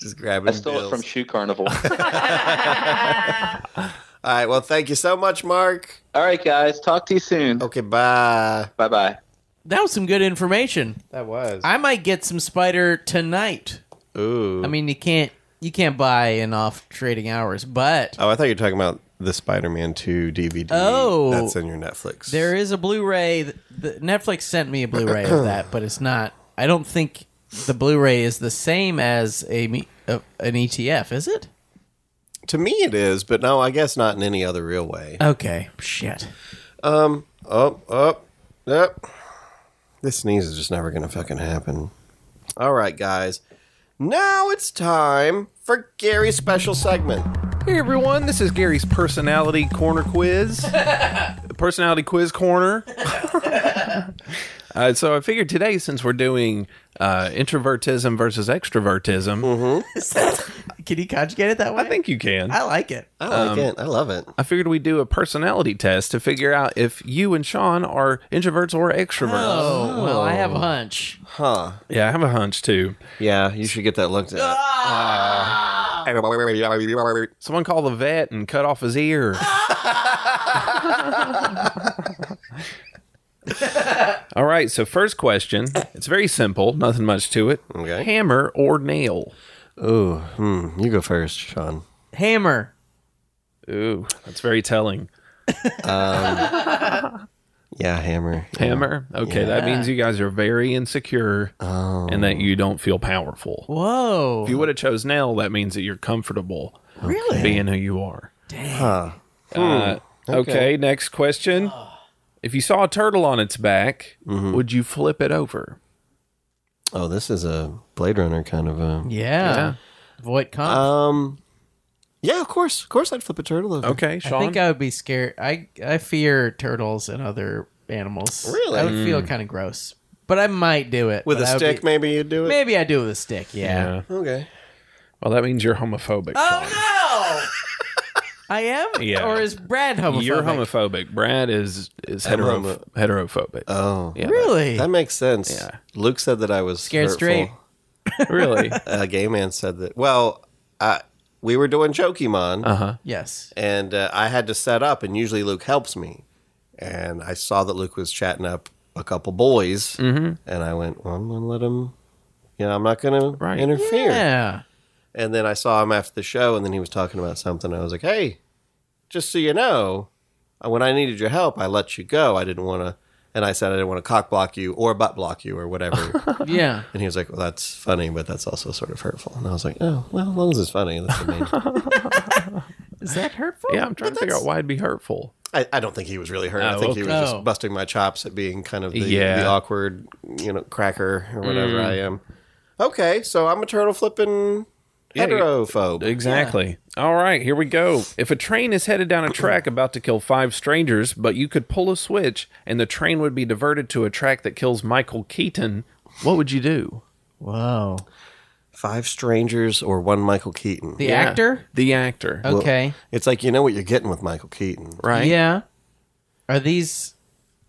Speaker 4: Just grabbing
Speaker 7: I stole
Speaker 4: bills.
Speaker 7: it from Shoe Carnival.
Speaker 4: All right. Well, thank you so much, Mark.
Speaker 7: All right, guys, talk to you soon.
Speaker 4: Okay. Bye.
Speaker 7: Bye bye.
Speaker 5: That was some good information.
Speaker 4: That was.
Speaker 5: I might get some spider tonight.
Speaker 4: Ooh.
Speaker 5: I mean, you can't you can't buy in off trading hours, but
Speaker 4: Oh, I thought you were talking about the Spider-Man 2 DVD.
Speaker 5: Oh.
Speaker 4: that's in your Netflix.
Speaker 5: there is a Blu-ray. th- The, Netflix sent me a Blu-ray of that, but it's not. I don't think the Blu-ray is the same as a me- uh, an ETF, is it?
Speaker 4: to me, it is, but no, I guess not in any other real way. Um,
Speaker 5: Okay, shit.
Speaker 4: Up, up, up. This sneeze is just never gonna fucking happen. All right, guys. Now it's time for Gary's special segment.
Speaker 3: Hey everyone, this is Gary's personality corner quiz. personality quiz corner. uh, so I figured today, since we're doing uh, introvertism versus extrovertism,
Speaker 5: Can you conjugate it that way?
Speaker 3: I think you can.
Speaker 5: I like it.
Speaker 4: I like it. I love it.
Speaker 3: I figured we'd do a personality test to figure out if you and Sean are introverts or extroverts.
Speaker 5: Oh, well, I have a hunch.
Speaker 4: Huh.
Speaker 3: Yeah, I have a hunch too.
Speaker 4: Yeah, you should get that looked at. Ah.
Speaker 3: Someone call the vet and cut off his ear. All right, so first question. It's very simple, nothing much to it.
Speaker 4: Okay.
Speaker 3: Hammer or nail?
Speaker 4: Ooh, hmm. You go first, Sean.
Speaker 5: Hammer.
Speaker 3: Ooh, that's very telling.
Speaker 4: Yeah, hammer.
Speaker 3: Hammer. Okay, that means you guys are very insecure and
Speaker 4: Oh.
Speaker 3: that you don't feel powerful.
Speaker 5: Whoa.
Speaker 3: If you would have chose nail, that means that you're comfortable
Speaker 5: really?
Speaker 3: being who you are.
Speaker 4: Huh. Hmm.
Speaker 3: Uh, okay. next question. If you saw a turtle on its back,
Speaker 4: Mm-hmm.
Speaker 3: would you flip it over?
Speaker 4: Oh, this is a Blade Runner kind of a.
Speaker 5: yeah.
Speaker 3: Yeah.
Speaker 5: Void comp.
Speaker 4: Um, yeah, of course, of course, I'd flip a turtle. Over.
Speaker 3: Okay, Sean.
Speaker 5: I think I would be scared. I I fear turtles and other animals.
Speaker 4: Really?
Speaker 5: I would feel kind of gross, but I might do it
Speaker 4: with
Speaker 5: but
Speaker 4: a
Speaker 5: I would
Speaker 4: stick,
Speaker 5: be-
Speaker 4: maybe you'd do it.
Speaker 5: maybe I do with a stick. Yeah.
Speaker 3: yeah.
Speaker 4: Okay.
Speaker 3: Well, that means you're homophobic. Sean.
Speaker 5: Oh no! I am.
Speaker 3: Yeah.
Speaker 5: Or is Brad homophobic?
Speaker 3: You're homophobic. Brad is is hetero-
Speaker 4: homo-
Speaker 3: heterophobic.
Speaker 4: Oh,
Speaker 3: yeah,
Speaker 5: Really?
Speaker 4: that makes sense.
Speaker 3: Yeah.
Speaker 4: Luke said that I was
Speaker 5: Scared
Speaker 4: hurtful.
Speaker 5: straight.
Speaker 3: that- really.
Speaker 4: A gay man said that. Well, I, we were doing Jokimon,
Speaker 3: Uh-huh.
Speaker 5: yes.
Speaker 4: and uh, I had to set up, and usually Luke helps me. And I saw that Luke was chatting up a couple boys,
Speaker 3: Mm-hmm.
Speaker 4: and I went, "Well, I'm gonna let him." You know, I'm not gonna
Speaker 3: Right.
Speaker 4: interfere.
Speaker 5: Yeah.
Speaker 4: And then I saw him after the show, and then he was talking about something. I was like, "Hey, just so you know, uh, when I needed your help, I let you go. I didn't want to." And I said, "I didn't want to cock block you or butt block you or whatever."
Speaker 5: Yeah.
Speaker 4: and he was like, "Well, that's funny, but that's also sort of hurtful." And I was like, "Oh, well, as long as it's funny, that's the main."
Speaker 5: Is that hurtful?
Speaker 3: Yeah, I'm trying to figure out why it'd be hurtful.
Speaker 4: I, I don't think he was really hurt. I
Speaker 3: Oh,
Speaker 4: think he was
Speaker 5: okay. Oh.
Speaker 4: just busting my chops at being kind of the,
Speaker 3: Yeah. Mm.
Speaker 4: the awkward, you know, cracker or whatever I am. Okay, so I'm a turtle flipping
Speaker 3: Yeah, you-
Speaker 4: heterophobe.
Speaker 3: Exactly. All right, here we go. If a train is headed down a track about to kill five strangers, but you could pull a switch and the train would be diverted to a track that kills Michael Keaton, what would you do?
Speaker 5: Whoa.
Speaker 4: Five strangers or one Michael Keaton.
Speaker 5: The actor. Oh.
Speaker 3: The actor.
Speaker 5: Okay.
Speaker 4: It's like you know what you're getting with Michael Keaton.
Speaker 3: Right?
Speaker 5: Yeah. Are these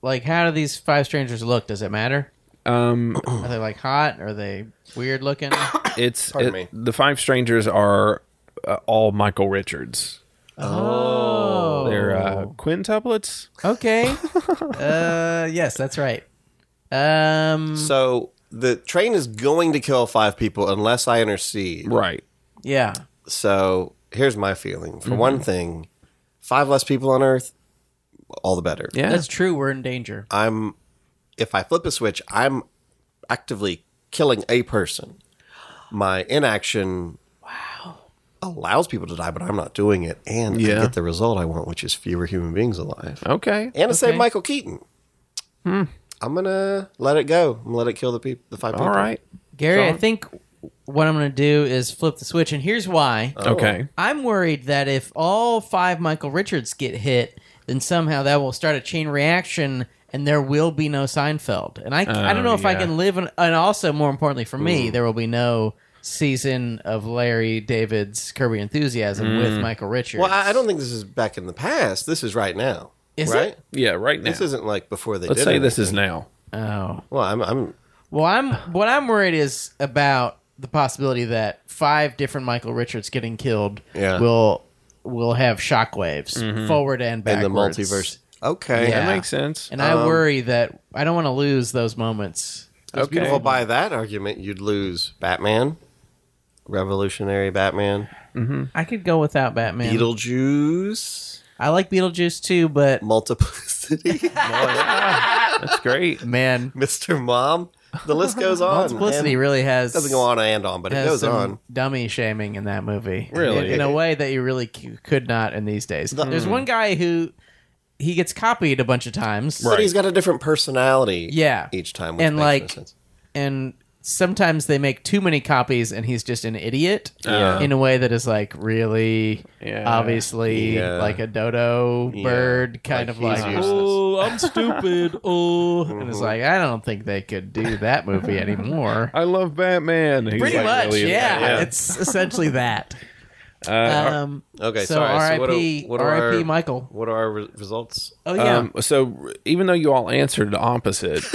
Speaker 5: like how do these five strangers look? Does it matter?
Speaker 3: Um,
Speaker 5: Are they like hot? Are they weird looking?
Speaker 3: it's
Speaker 4: Pardon
Speaker 3: it-
Speaker 4: me.
Speaker 3: the five strangers are uh, all Michael Richards.
Speaker 5: Oh,
Speaker 3: They're uh, quintuplets.
Speaker 5: okay. uh, yes, that's right. Um,
Speaker 4: So the train is going to kill five people unless I intercede.
Speaker 3: Right.
Speaker 5: yeah,
Speaker 3: Mm-hmm.
Speaker 4: So here's my feeling. For one thing, five less people on Earth, all the better.
Speaker 3: Yeah.
Speaker 5: That's true. We're in danger.
Speaker 4: I'm if I flip a switch, I'm actively killing a person. My inaction wow allows people to die, but I'm not doing it, and
Speaker 3: Yeah.
Speaker 4: I get the result I want, which is fewer human beings alive.
Speaker 3: okay.
Speaker 4: And to save
Speaker 5: Okay.
Speaker 4: Michael Keaton, I'm gonna let it go. I'm gonna let it kill the people, the five people.
Speaker 3: All right.
Speaker 5: Gary, I
Speaker 3: Sean?
Speaker 5: think what I'm going to do is flip the switch, and here's why.
Speaker 4: Oh.
Speaker 3: Okay.
Speaker 5: I'm worried that if all five Michael Richards get hit, then somehow that will start a chain reaction, and there will be no Seinfeld. And I, I don't know if I
Speaker 3: yeah.
Speaker 5: can live, in, and also more importantly for me, there will be no season of Larry David's Kirby Enthusiasm with Michael Richards.
Speaker 4: Well, I I don't think this is back in the past. This is right now.
Speaker 5: Is
Speaker 4: right?
Speaker 5: it?
Speaker 3: Yeah. Right now.
Speaker 4: This isn't like before they.
Speaker 3: Let's
Speaker 4: did
Speaker 3: say this is
Speaker 4: anything.
Speaker 3: now.
Speaker 5: Oh,
Speaker 4: Well, I'm. I'm
Speaker 5: well, I'm what I'm worried is about the possibility that five different Michael Richards getting killed
Speaker 4: Yeah.
Speaker 5: will will have shockwaves forward and
Speaker 4: in
Speaker 5: backwards
Speaker 4: the multiverse. Okay.
Speaker 5: Yeah.
Speaker 3: That makes sense.
Speaker 5: And
Speaker 4: Um,
Speaker 5: I worry that I don't want to lose those moments.
Speaker 3: Okay.
Speaker 4: Well, by that argument, you'd lose Batman, Revolutionary Batman,
Speaker 5: I could go without Batman.
Speaker 4: Beetlejuice,
Speaker 5: I like Beetlejuice too, but
Speaker 4: Multiplicity,
Speaker 3: That's great.
Speaker 5: man,
Speaker 4: Mr. Mom. The list goes on.
Speaker 5: Multiplicity
Speaker 4: and-
Speaker 5: really has
Speaker 4: doesn't go on and on, but it
Speaker 5: has
Speaker 4: goes
Speaker 5: some
Speaker 4: on.
Speaker 5: dummy shaming in that movie.
Speaker 3: Really?
Speaker 5: in, in a way that you really c- could not in these days. There's one guy who he gets copied a bunch of times,
Speaker 4: But he's got a different personality.
Speaker 5: Yeah.
Speaker 4: Each time, which
Speaker 5: And,
Speaker 4: makes no
Speaker 5: like,
Speaker 4: sense.
Speaker 5: and sometimes they make too many copies, and he's just an idiot in a way that is like really
Speaker 3: Yeah.
Speaker 5: obviously
Speaker 4: Yeah.
Speaker 5: like a dodo bird kind
Speaker 4: Like,
Speaker 5: of
Speaker 4: he's
Speaker 5: like
Speaker 4: useless.
Speaker 5: oh I'm stupid oh and it's like I don't think they could do that movie anymore.
Speaker 3: I love Batman. He's
Speaker 5: Pretty
Speaker 3: like
Speaker 5: much,
Speaker 3: really into
Speaker 5: yeah.
Speaker 3: that.
Speaker 5: It's essentially that.
Speaker 3: Uh,
Speaker 5: Um,
Speaker 4: Okay,
Speaker 5: so
Speaker 4: sorry.
Speaker 5: R.I.P.
Speaker 4: So what are- what are
Speaker 5: R.I.P.
Speaker 4: our-
Speaker 5: Michael.
Speaker 4: What are our re- results?
Speaker 5: Oh yeah,
Speaker 3: um, so even though you all answered the opposite,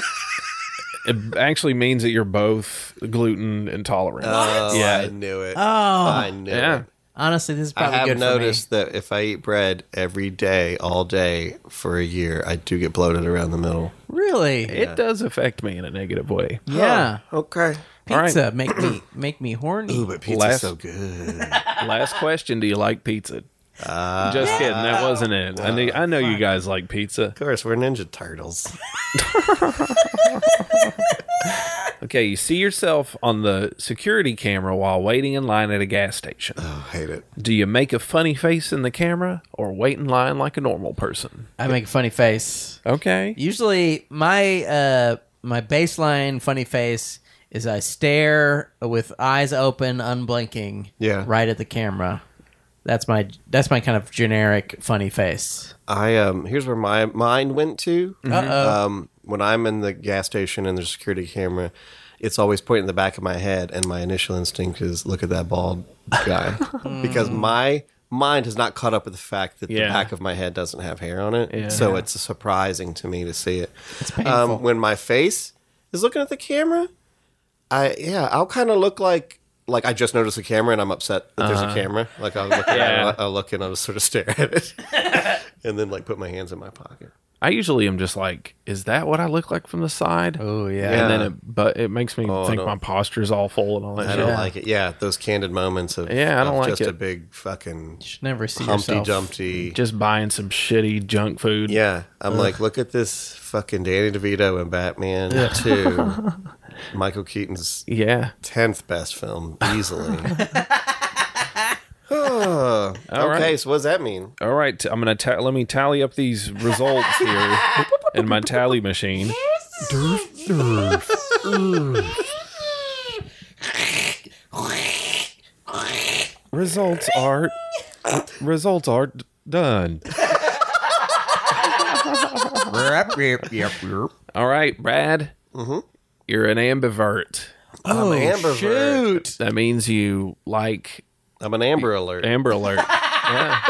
Speaker 3: it actually means that you're both gluten intolerant.
Speaker 4: Oh,
Speaker 3: Yeah.
Speaker 4: I knew it.
Speaker 5: Oh.
Speaker 4: I knew
Speaker 3: yeah.
Speaker 4: it.
Speaker 5: honestly, this is
Speaker 4: I
Speaker 5: probably
Speaker 4: have
Speaker 5: good
Speaker 4: noticed that if I eat bread every day, all day for a year, I do get bloated around the middle.
Speaker 5: for me. Really?
Speaker 3: It does affect me in a negative way.
Speaker 5: Yeah.
Speaker 4: Okay.
Speaker 3: right.
Speaker 5: Pizza make me make me horny.
Speaker 4: Ooh, but pizza's
Speaker 3: Last-
Speaker 4: so good.
Speaker 3: Last question: Do you like pizza? Just kidding. That wasn't it. I know. I know you guys like pizza.
Speaker 4: Of course, we're Ninja Turtles.
Speaker 3: Okay, you see yourself on the security camera while waiting in line at a gas station.
Speaker 4: Oh, I hate it.
Speaker 3: Do you make a funny face in the camera or wait in line like a normal person?
Speaker 5: I make a funny face.
Speaker 3: Okay.
Speaker 5: Usually, my uh, my baseline funny face is I stare with eyes open, unblinking.
Speaker 4: Yeah.
Speaker 5: Right at the camera. That's my that's my kind of generic funny face.
Speaker 4: I um here's where my mind went to. Um when I'm in the gas station and there's a security camera, it's always pointing at the back of my head and my initial instinct is look at that bald guy. because my mind has not caught up with the fact that the
Speaker 3: Yeah.
Speaker 4: back of my head doesn't have hair on it.
Speaker 3: Yeah.
Speaker 4: So it's surprising to me to see it. It's
Speaker 5: painful.
Speaker 4: when my face is looking at the camera, I yeah, I'll kind of look like like I just noticed the camera and I'm upset that there's a camera. Like I'll look, at
Speaker 3: Uh-huh. Yeah.
Speaker 4: it, I'll look and I'll just sort of stare at it, and then like put my hands in my pocket.
Speaker 3: I usually am just like, is that what I look like from the side?
Speaker 5: Oh yeah.
Speaker 3: And then it, but it makes me think
Speaker 4: Oh, no.
Speaker 3: my posture's all full and all that
Speaker 4: I
Speaker 3: shit.
Speaker 4: don't like it. Yeah, those candid moments of
Speaker 3: Yeah, I don't
Speaker 4: of
Speaker 3: like
Speaker 4: just
Speaker 3: it.
Speaker 4: a big fucking
Speaker 5: You should never see
Speaker 4: Humpty
Speaker 5: yourself.
Speaker 4: Dumpty.
Speaker 3: Just buying some shitty junk food.
Speaker 4: yeah, I'm like, look at this fucking Danny DeVito and Batman Two, Michael Keaton's
Speaker 3: Yeah.
Speaker 4: tenth best film easily. okay,
Speaker 3: right.
Speaker 4: so what does that mean?
Speaker 3: All right. I'm gonna ta- let me tally up these results here in my tally machine. results are results are d- done. All right, Brad. Mm-hmm. You're an ambivert.
Speaker 4: I'm
Speaker 3: Oh,
Speaker 4: an Amber Alert.
Speaker 5: Shoot.
Speaker 3: That means you like
Speaker 4: I'm an Amber Alert.
Speaker 3: Amber Alert. yeah.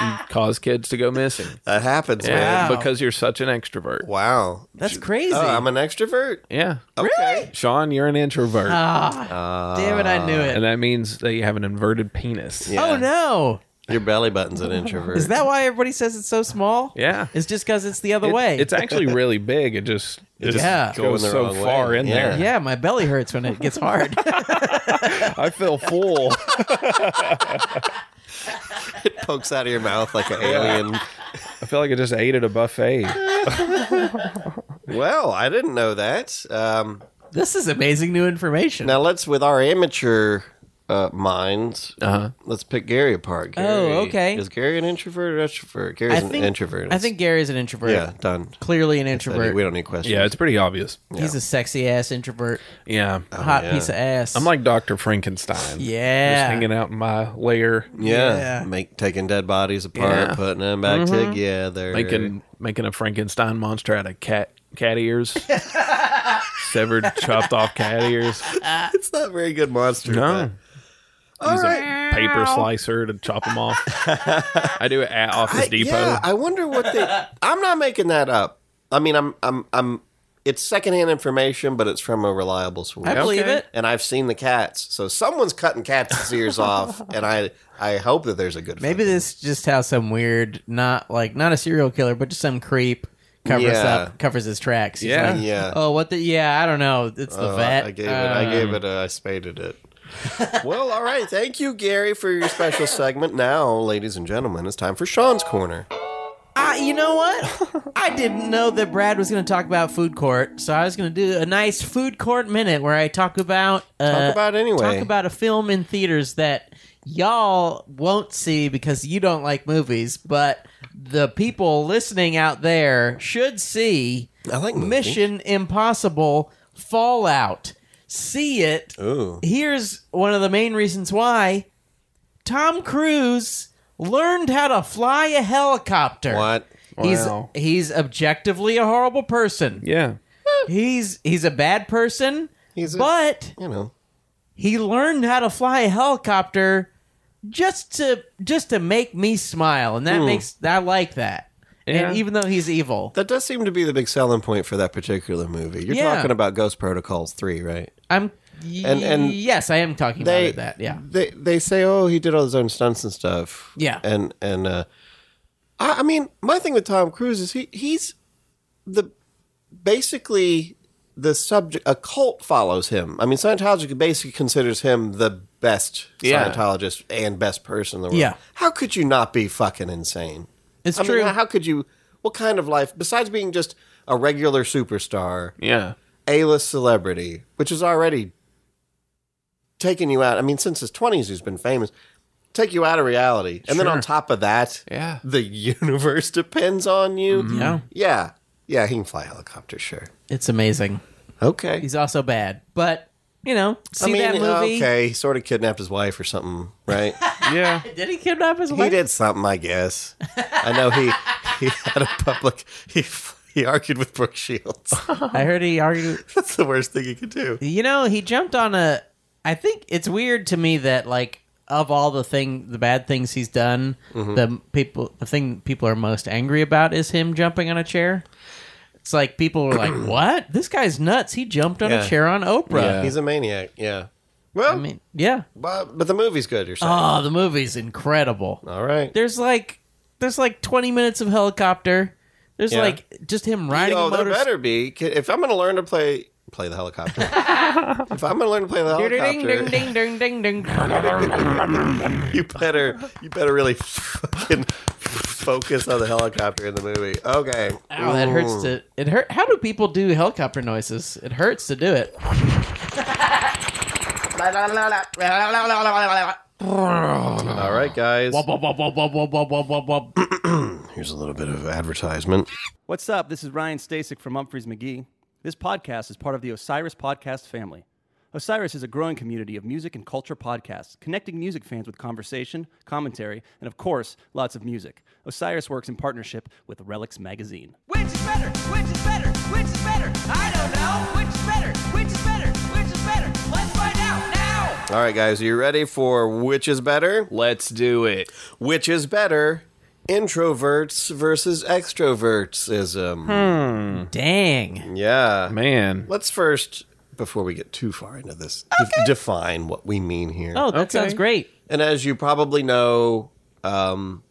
Speaker 3: You cause kids to go missing.
Speaker 4: that happens, man.
Speaker 3: Yeah, because you're such an extrovert.
Speaker 4: Wow.
Speaker 5: That's crazy.
Speaker 4: Oh, I'm an extrovert.
Speaker 3: Yeah.
Speaker 4: Okay. Ah.
Speaker 3: Sean, you're an introvert.
Speaker 5: Damn it, I knew it.
Speaker 3: and that means that you have an inverted penis. Yeah.
Speaker 5: Oh no.
Speaker 4: Your belly button's an introvert.
Speaker 5: Is that why everybody says it's so small?
Speaker 3: Yeah.
Speaker 5: It's just because it's the other
Speaker 3: It-
Speaker 5: way.
Speaker 3: It's actually really big. It just, it just
Speaker 5: Yeah.
Speaker 3: goes
Speaker 4: Going the
Speaker 3: so
Speaker 4: wrong way.
Speaker 3: far in
Speaker 4: Yeah.
Speaker 3: there.
Speaker 5: yeah, my belly hurts when it gets hard.
Speaker 3: I feel full.
Speaker 4: It pokes out of your mouth like an alien.
Speaker 3: I feel like I just ate at a buffet.
Speaker 4: Well, I didn't know that. Um,
Speaker 5: This is amazing new information.
Speaker 4: now let's, with our amateur uh, minds,
Speaker 3: Uh-huh.
Speaker 4: let's pick Gary apart. Gary,
Speaker 5: Oh, okay.
Speaker 4: Is Gary an introvert or extrovert?
Speaker 5: I
Speaker 4: Gary's
Speaker 5: think
Speaker 4: an introvert.
Speaker 5: I think Gary's an introvert.
Speaker 4: Yeah, done.
Speaker 5: Clearly an
Speaker 4: We
Speaker 5: introvert.
Speaker 4: don't need questions.
Speaker 3: Yeah, it's pretty obvious.
Speaker 5: He's a sexy ass introvert.
Speaker 3: Yeah.
Speaker 5: Hot
Speaker 4: Oh, yeah.
Speaker 5: piece of ass.
Speaker 3: I'm like Dr. Frankenstein. Just
Speaker 5: yeah.
Speaker 3: hanging out in my lair,
Speaker 4: Yeah.
Speaker 5: Yeah. Mm-hmm.
Speaker 4: Make taking dead bodies apart,
Speaker 3: Yeah.
Speaker 4: putting them back together.
Speaker 3: making making a Frankenstein monster out of cat cat ears. Severed, chopped off cat ears.
Speaker 4: it's not a very good monster.
Speaker 3: No.
Speaker 4: but-
Speaker 3: Use a paper slicer to chop them off. I do it at Office
Speaker 4: I,
Speaker 3: Depot.
Speaker 4: Yeah, I wonder what they. I'm not making that up. I mean, I'm, I'm, I'm. It's secondhand information, but it's from a reliable source.
Speaker 5: I believe
Speaker 3: Okay.
Speaker 5: it.
Speaker 4: and I've seen the cats, so someone's cutting cats' ears off, and I, I hope that there's a good.
Speaker 5: Maybe
Speaker 4: fucking-
Speaker 5: this is just how some weird, not like not a serial killer, but just some creep covers
Speaker 4: Yeah.
Speaker 5: up covers his tracks. He's
Speaker 3: Yeah.
Speaker 5: like,
Speaker 4: Yeah.
Speaker 5: Oh, what the? Yeah, I don't know. It's the
Speaker 4: Oh,
Speaker 5: vet. Uh,
Speaker 4: I, I gave it. I gave it. A, I spaded it. well, all right. Thank you, Gary, for your special segment. Now, ladies and gentlemen, it's time for Sean's corner.
Speaker 5: I, you know what? I didn't know that Brad was going to talk about food court, so I was going to do a nice food court minute where I talk about uh,
Speaker 4: Talk about it anyway.
Speaker 5: talk about a film in theaters that y'all won't see because you don't like movies, but the people listening out there should see
Speaker 4: I like movies.
Speaker 5: Mission Impossible Fallout. See it.
Speaker 4: Ooh.
Speaker 5: Here's one of the main reasons why Tom Cruise learned how to fly a helicopter.
Speaker 4: What?
Speaker 5: He's
Speaker 3: Wow.
Speaker 5: he's objectively a horrible person.
Speaker 3: yeah.
Speaker 5: He's he's a bad person.
Speaker 4: He's a-
Speaker 5: but
Speaker 4: You know.
Speaker 5: he learned how to fly a helicopter just to just to make me smile, and that
Speaker 4: Hmm.
Speaker 5: makes I like that.
Speaker 3: Yeah.
Speaker 5: And even though he's evil,
Speaker 4: That does seem to be the big selling point for that particular movie. You're
Speaker 5: Yeah.
Speaker 4: talking about Ghost Protocols 3, right?
Speaker 5: I'm
Speaker 4: And-
Speaker 5: and,
Speaker 4: and
Speaker 5: yes, I am talking about
Speaker 4: They
Speaker 5: it, that. Yeah,
Speaker 4: They they say, "Oh, he did all his own stunts and stuff."
Speaker 5: Yeah.
Speaker 4: And and uh I, I mean, my thing with Tom Cruise is he he's the basically the subject a cult follows him. I mean, Scientology basically considers him the best
Speaker 3: Yeah.
Speaker 4: Scientologist and best person in the world.
Speaker 5: Yeah.
Speaker 4: How could you not be fucking insane?
Speaker 5: it's
Speaker 4: I
Speaker 5: true.
Speaker 4: mean, how could you what kind of life besides being just a regular superstar?
Speaker 3: Yeah.
Speaker 4: A-list celebrity, which is already taking you out. I mean, since his twenties, he's been famous. Take you out of reality, and then on top of that,
Speaker 3: Yeah.
Speaker 4: the universe depends on you.
Speaker 5: Yeah.
Speaker 4: yeah, yeah. He can fly a helicopter, sure.
Speaker 5: it's amazing.
Speaker 4: Okay,
Speaker 5: He's also bad, but you know, see that movie.
Speaker 4: okay. He sort of kidnapped his wife or something, right?
Speaker 3: Yeah.
Speaker 5: Did he kidnap his
Speaker 4: he
Speaker 5: wife?
Speaker 4: did something, I guess. I know he he had a public he he argued with Brooke Shields.
Speaker 5: I heard he argued.
Speaker 4: That's the worst thing he could do.
Speaker 5: You know, he jumped on a. I think it's weird to me that like of all the thing, the bad things he's done,
Speaker 4: Mm-hmm.
Speaker 5: the people, the thing people are most angry about is him jumping on a chair. It's like people are like, "What? This guy's nuts! He jumped on
Speaker 4: Yeah.
Speaker 5: a chair on Oprah."
Speaker 4: He's a maniac. Yeah. Well,
Speaker 5: I mean, yeah.
Speaker 4: but, but the movie's good. You're saying.
Speaker 5: Oh, the movie's incredible.
Speaker 4: All right.
Speaker 5: There's like, there's like 20 minutes of helicopter. There's
Speaker 4: Yeah.
Speaker 5: like just him riding
Speaker 4: Yo,
Speaker 5: a
Speaker 4: there
Speaker 5: motorcycle.
Speaker 4: better be. Ki- If I'm going to learn to play play the helicopter, if I'm going to learn to play the
Speaker 5: Ding ding
Speaker 4: helicopter,
Speaker 5: ding ding ding ding.
Speaker 4: you better you better really fucking focus on the helicopter in the movie. Okay.
Speaker 5: Ow, that hurts to it hurt. How do people do helicopter noises? It hurts to do it.
Speaker 4: All right, guys.
Speaker 5: Whoa,
Speaker 4: Here's a little bit of advertisement.
Speaker 8: What's up? This is Ryan Stasek from Humphreys McGee. This podcast is part of the Osiris Podcast family. Osiris is a growing community of music and culture podcasts, connecting music fans with conversation, commentary, and of course, lots of music. Osiris works in partnership with Relics Magazine.
Speaker 9: Which is better? Which is better? Which is better? I don't know. Which is better? Which is better? Which is better? Let's find out now.
Speaker 4: All right, guys, are you ready for which is better?
Speaker 3: Let's do it.
Speaker 4: Which is better? Introverts versus extrovertsism.
Speaker 5: Hmm. Dang.
Speaker 4: Yeah.
Speaker 3: Man.
Speaker 4: Let's first, before we get too far into this, de- define what we mean here.
Speaker 5: Oh, that
Speaker 3: Okay.
Speaker 5: sounds great.
Speaker 4: And as you probably know, um,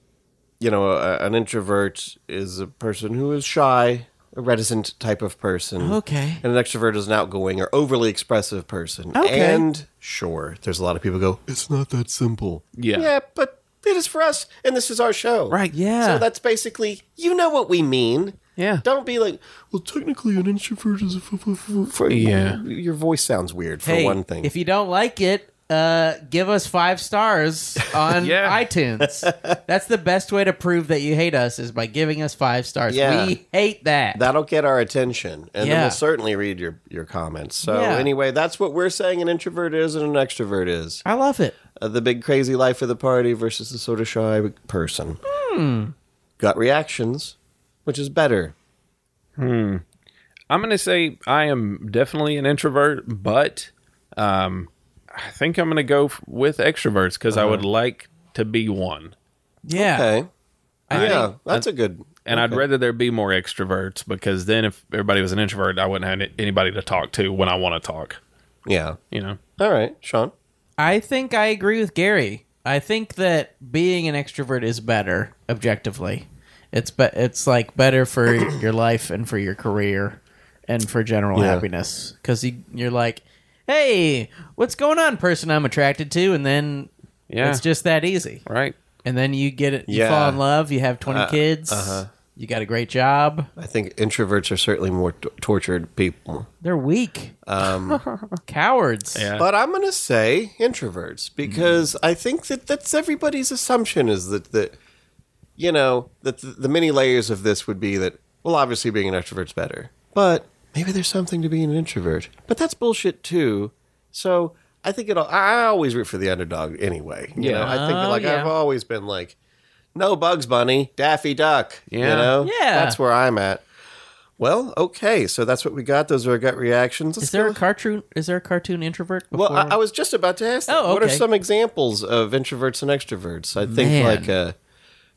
Speaker 4: you know, a, an introvert is a person who is shy, a reticent type of person.
Speaker 5: Okay.
Speaker 4: And an extrovert is an outgoing or overly expressive person.
Speaker 5: Okay.
Speaker 4: And sure, there's a lot of people who go, it's not that simple.
Speaker 3: Yeah.
Speaker 4: Yeah, but it is for us, and this is our show.
Speaker 3: Right.
Speaker 5: Yeah.
Speaker 4: So that's basically, you know what we mean.
Speaker 3: Yeah.
Speaker 4: Don't be like, well, technically, an introvert is a. F- f- f- f-"
Speaker 3: Yeah.
Speaker 4: Your voice sounds weird, for
Speaker 5: hey,
Speaker 4: one thing.
Speaker 5: if you don't like it, uh, give us five stars on
Speaker 3: Yeah.
Speaker 5: iTunes. That's the best way to prove that you hate us is by giving us five stars.
Speaker 4: Yeah.
Speaker 5: We hate that.
Speaker 4: That'll get our attention, and then
Speaker 5: Yeah.
Speaker 4: we'll certainly read your, your comments. So,
Speaker 5: Yeah.
Speaker 4: anyway, that's what we're saying an introvert is and an extrovert is.
Speaker 5: I love it.
Speaker 4: Uh, the big crazy life of the party versus the sort of shy person. Gut reactions, which is better.
Speaker 3: I'm going to say I am definitely an introvert, but um, I think I'm going to go f- with extroverts because I would like to be one.
Speaker 5: Yeah.
Speaker 4: Okay. yeah,
Speaker 3: think-
Speaker 4: that's a good.
Speaker 3: And I'd rather there be more extroverts because then if everybody was an introvert, I wouldn't have any- anybody to talk to when I want to talk,
Speaker 4: Yeah.
Speaker 3: you know?
Speaker 4: All right, Sean.
Speaker 5: I think I agree with Gary. I think that being an extrovert is better objectively. It's be- it's like better for your life and for your career and for general happiness because you, you're like, hey, what's going on, person I'm attracted to, and then
Speaker 3: Yeah.
Speaker 5: it's just that easy.
Speaker 3: right.
Speaker 5: And then you get it, you
Speaker 4: Yeah.
Speaker 5: fall in love, you have 20 kids, you got a great job.
Speaker 4: I think introverts are certainly more t- tortured people.
Speaker 5: They're weak, um, cowards.
Speaker 3: Yeah.
Speaker 4: But I'm going to say introverts because I think that that's everybody's assumption is that that you know that the, the many layers of this would be that well obviously being an extrovert's better, but maybe there's something to being an introvert. But that's bullshit too. So I think it. will I always root for the underdog anyway. You
Speaker 3: Yeah.
Speaker 4: know, I think that,
Speaker 5: Oh,
Speaker 4: like
Speaker 5: yeah.
Speaker 4: I've always been like, no Bugs Bunny, Daffy Duck. You
Speaker 3: Yeah.
Speaker 4: know,
Speaker 5: Yeah.
Speaker 4: that's where I'm at. Well, okay, so that's what we got. Those are our gut reactions.
Speaker 5: Is
Speaker 4: Let's
Speaker 5: there
Speaker 4: go-
Speaker 5: a cartoon? Is there a cartoon introvert? Before?
Speaker 4: well, I, I was just about to ask. That.
Speaker 5: Oh,
Speaker 4: What are
Speaker 5: okay.
Speaker 4: some examples of introverts and extroverts? I think
Speaker 5: Man.
Speaker 4: like uh,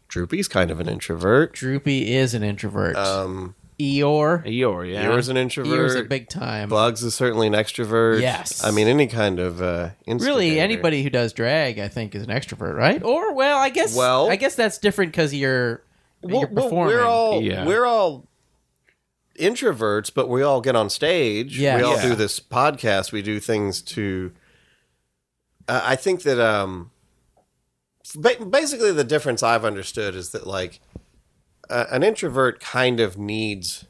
Speaker 4: Droopy's kind of an introvert.
Speaker 5: Droopy is an introvert.
Speaker 4: Uh,
Speaker 5: Um, Eeyore,
Speaker 3: Eeyore, yeah.
Speaker 4: Eeyore's an
Speaker 5: Eeyore's Oh, a
Speaker 4: introvert.
Speaker 5: big time.
Speaker 4: Bugs is certainly an extrovert.
Speaker 5: Yes.
Speaker 4: I mean any kind of uh, instigator.
Speaker 5: really, anybody who does drag, I think, is an extrovert, right? Or well, I guess.
Speaker 4: Well-
Speaker 5: I guess that's different because you're
Speaker 4: Well,
Speaker 5: you're
Speaker 4: well,
Speaker 5: performing.
Speaker 4: we're all
Speaker 3: Yeah.
Speaker 4: we're all introverts, but we all get on stage.
Speaker 5: Yeah.
Speaker 4: We all
Speaker 5: Yeah.
Speaker 4: do this podcast. We do things to. Uh, I think that um, ba- basically the difference I've understood is that like uh, an introvert kind of needs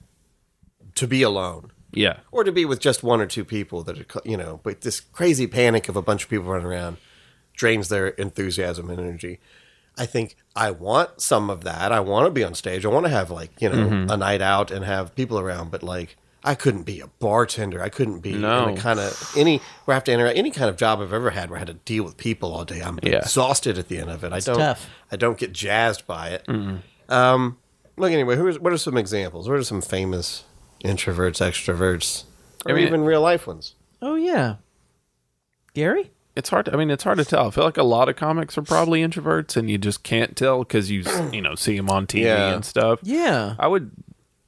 Speaker 4: to be alone
Speaker 3: Yeah.
Speaker 4: or to be with just one or two people that are, you know, but this crazy panic of a bunch of people running around drains their enthusiasm and energy. I think I want some of that. I want to be on stage. I want to have like, you know,
Speaker 3: Mm-hmm.
Speaker 4: a night out and have people around, but like I couldn't be a bartender. I couldn't be
Speaker 3: No.
Speaker 4: in a kind of any where I have to interact any kind of job I've ever had where I had to deal with people all day. I'm
Speaker 3: Yeah.
Speaker 4: exhausted at the end of it. I don't
Speaker 5: tough.
Speaker 4: I don't get jazzed by it. Um look anyway, who is, what are some examples? What are some famous introverts, extroverts? Or
Speaker 3: I mean,
Speaker 4: even real life ones.
Speaker 5: Oh yeah, Gary.
Speaker 3: It's hard. I mean, it's hard to tell. I feel like a lot of comics are probably introverts, and you just can't tell because you s- you know see them on TV
Speaker 4: Yeah.
Speaker 3: and stuff.
Speaker 5: Yeah.
Speaker 3: I would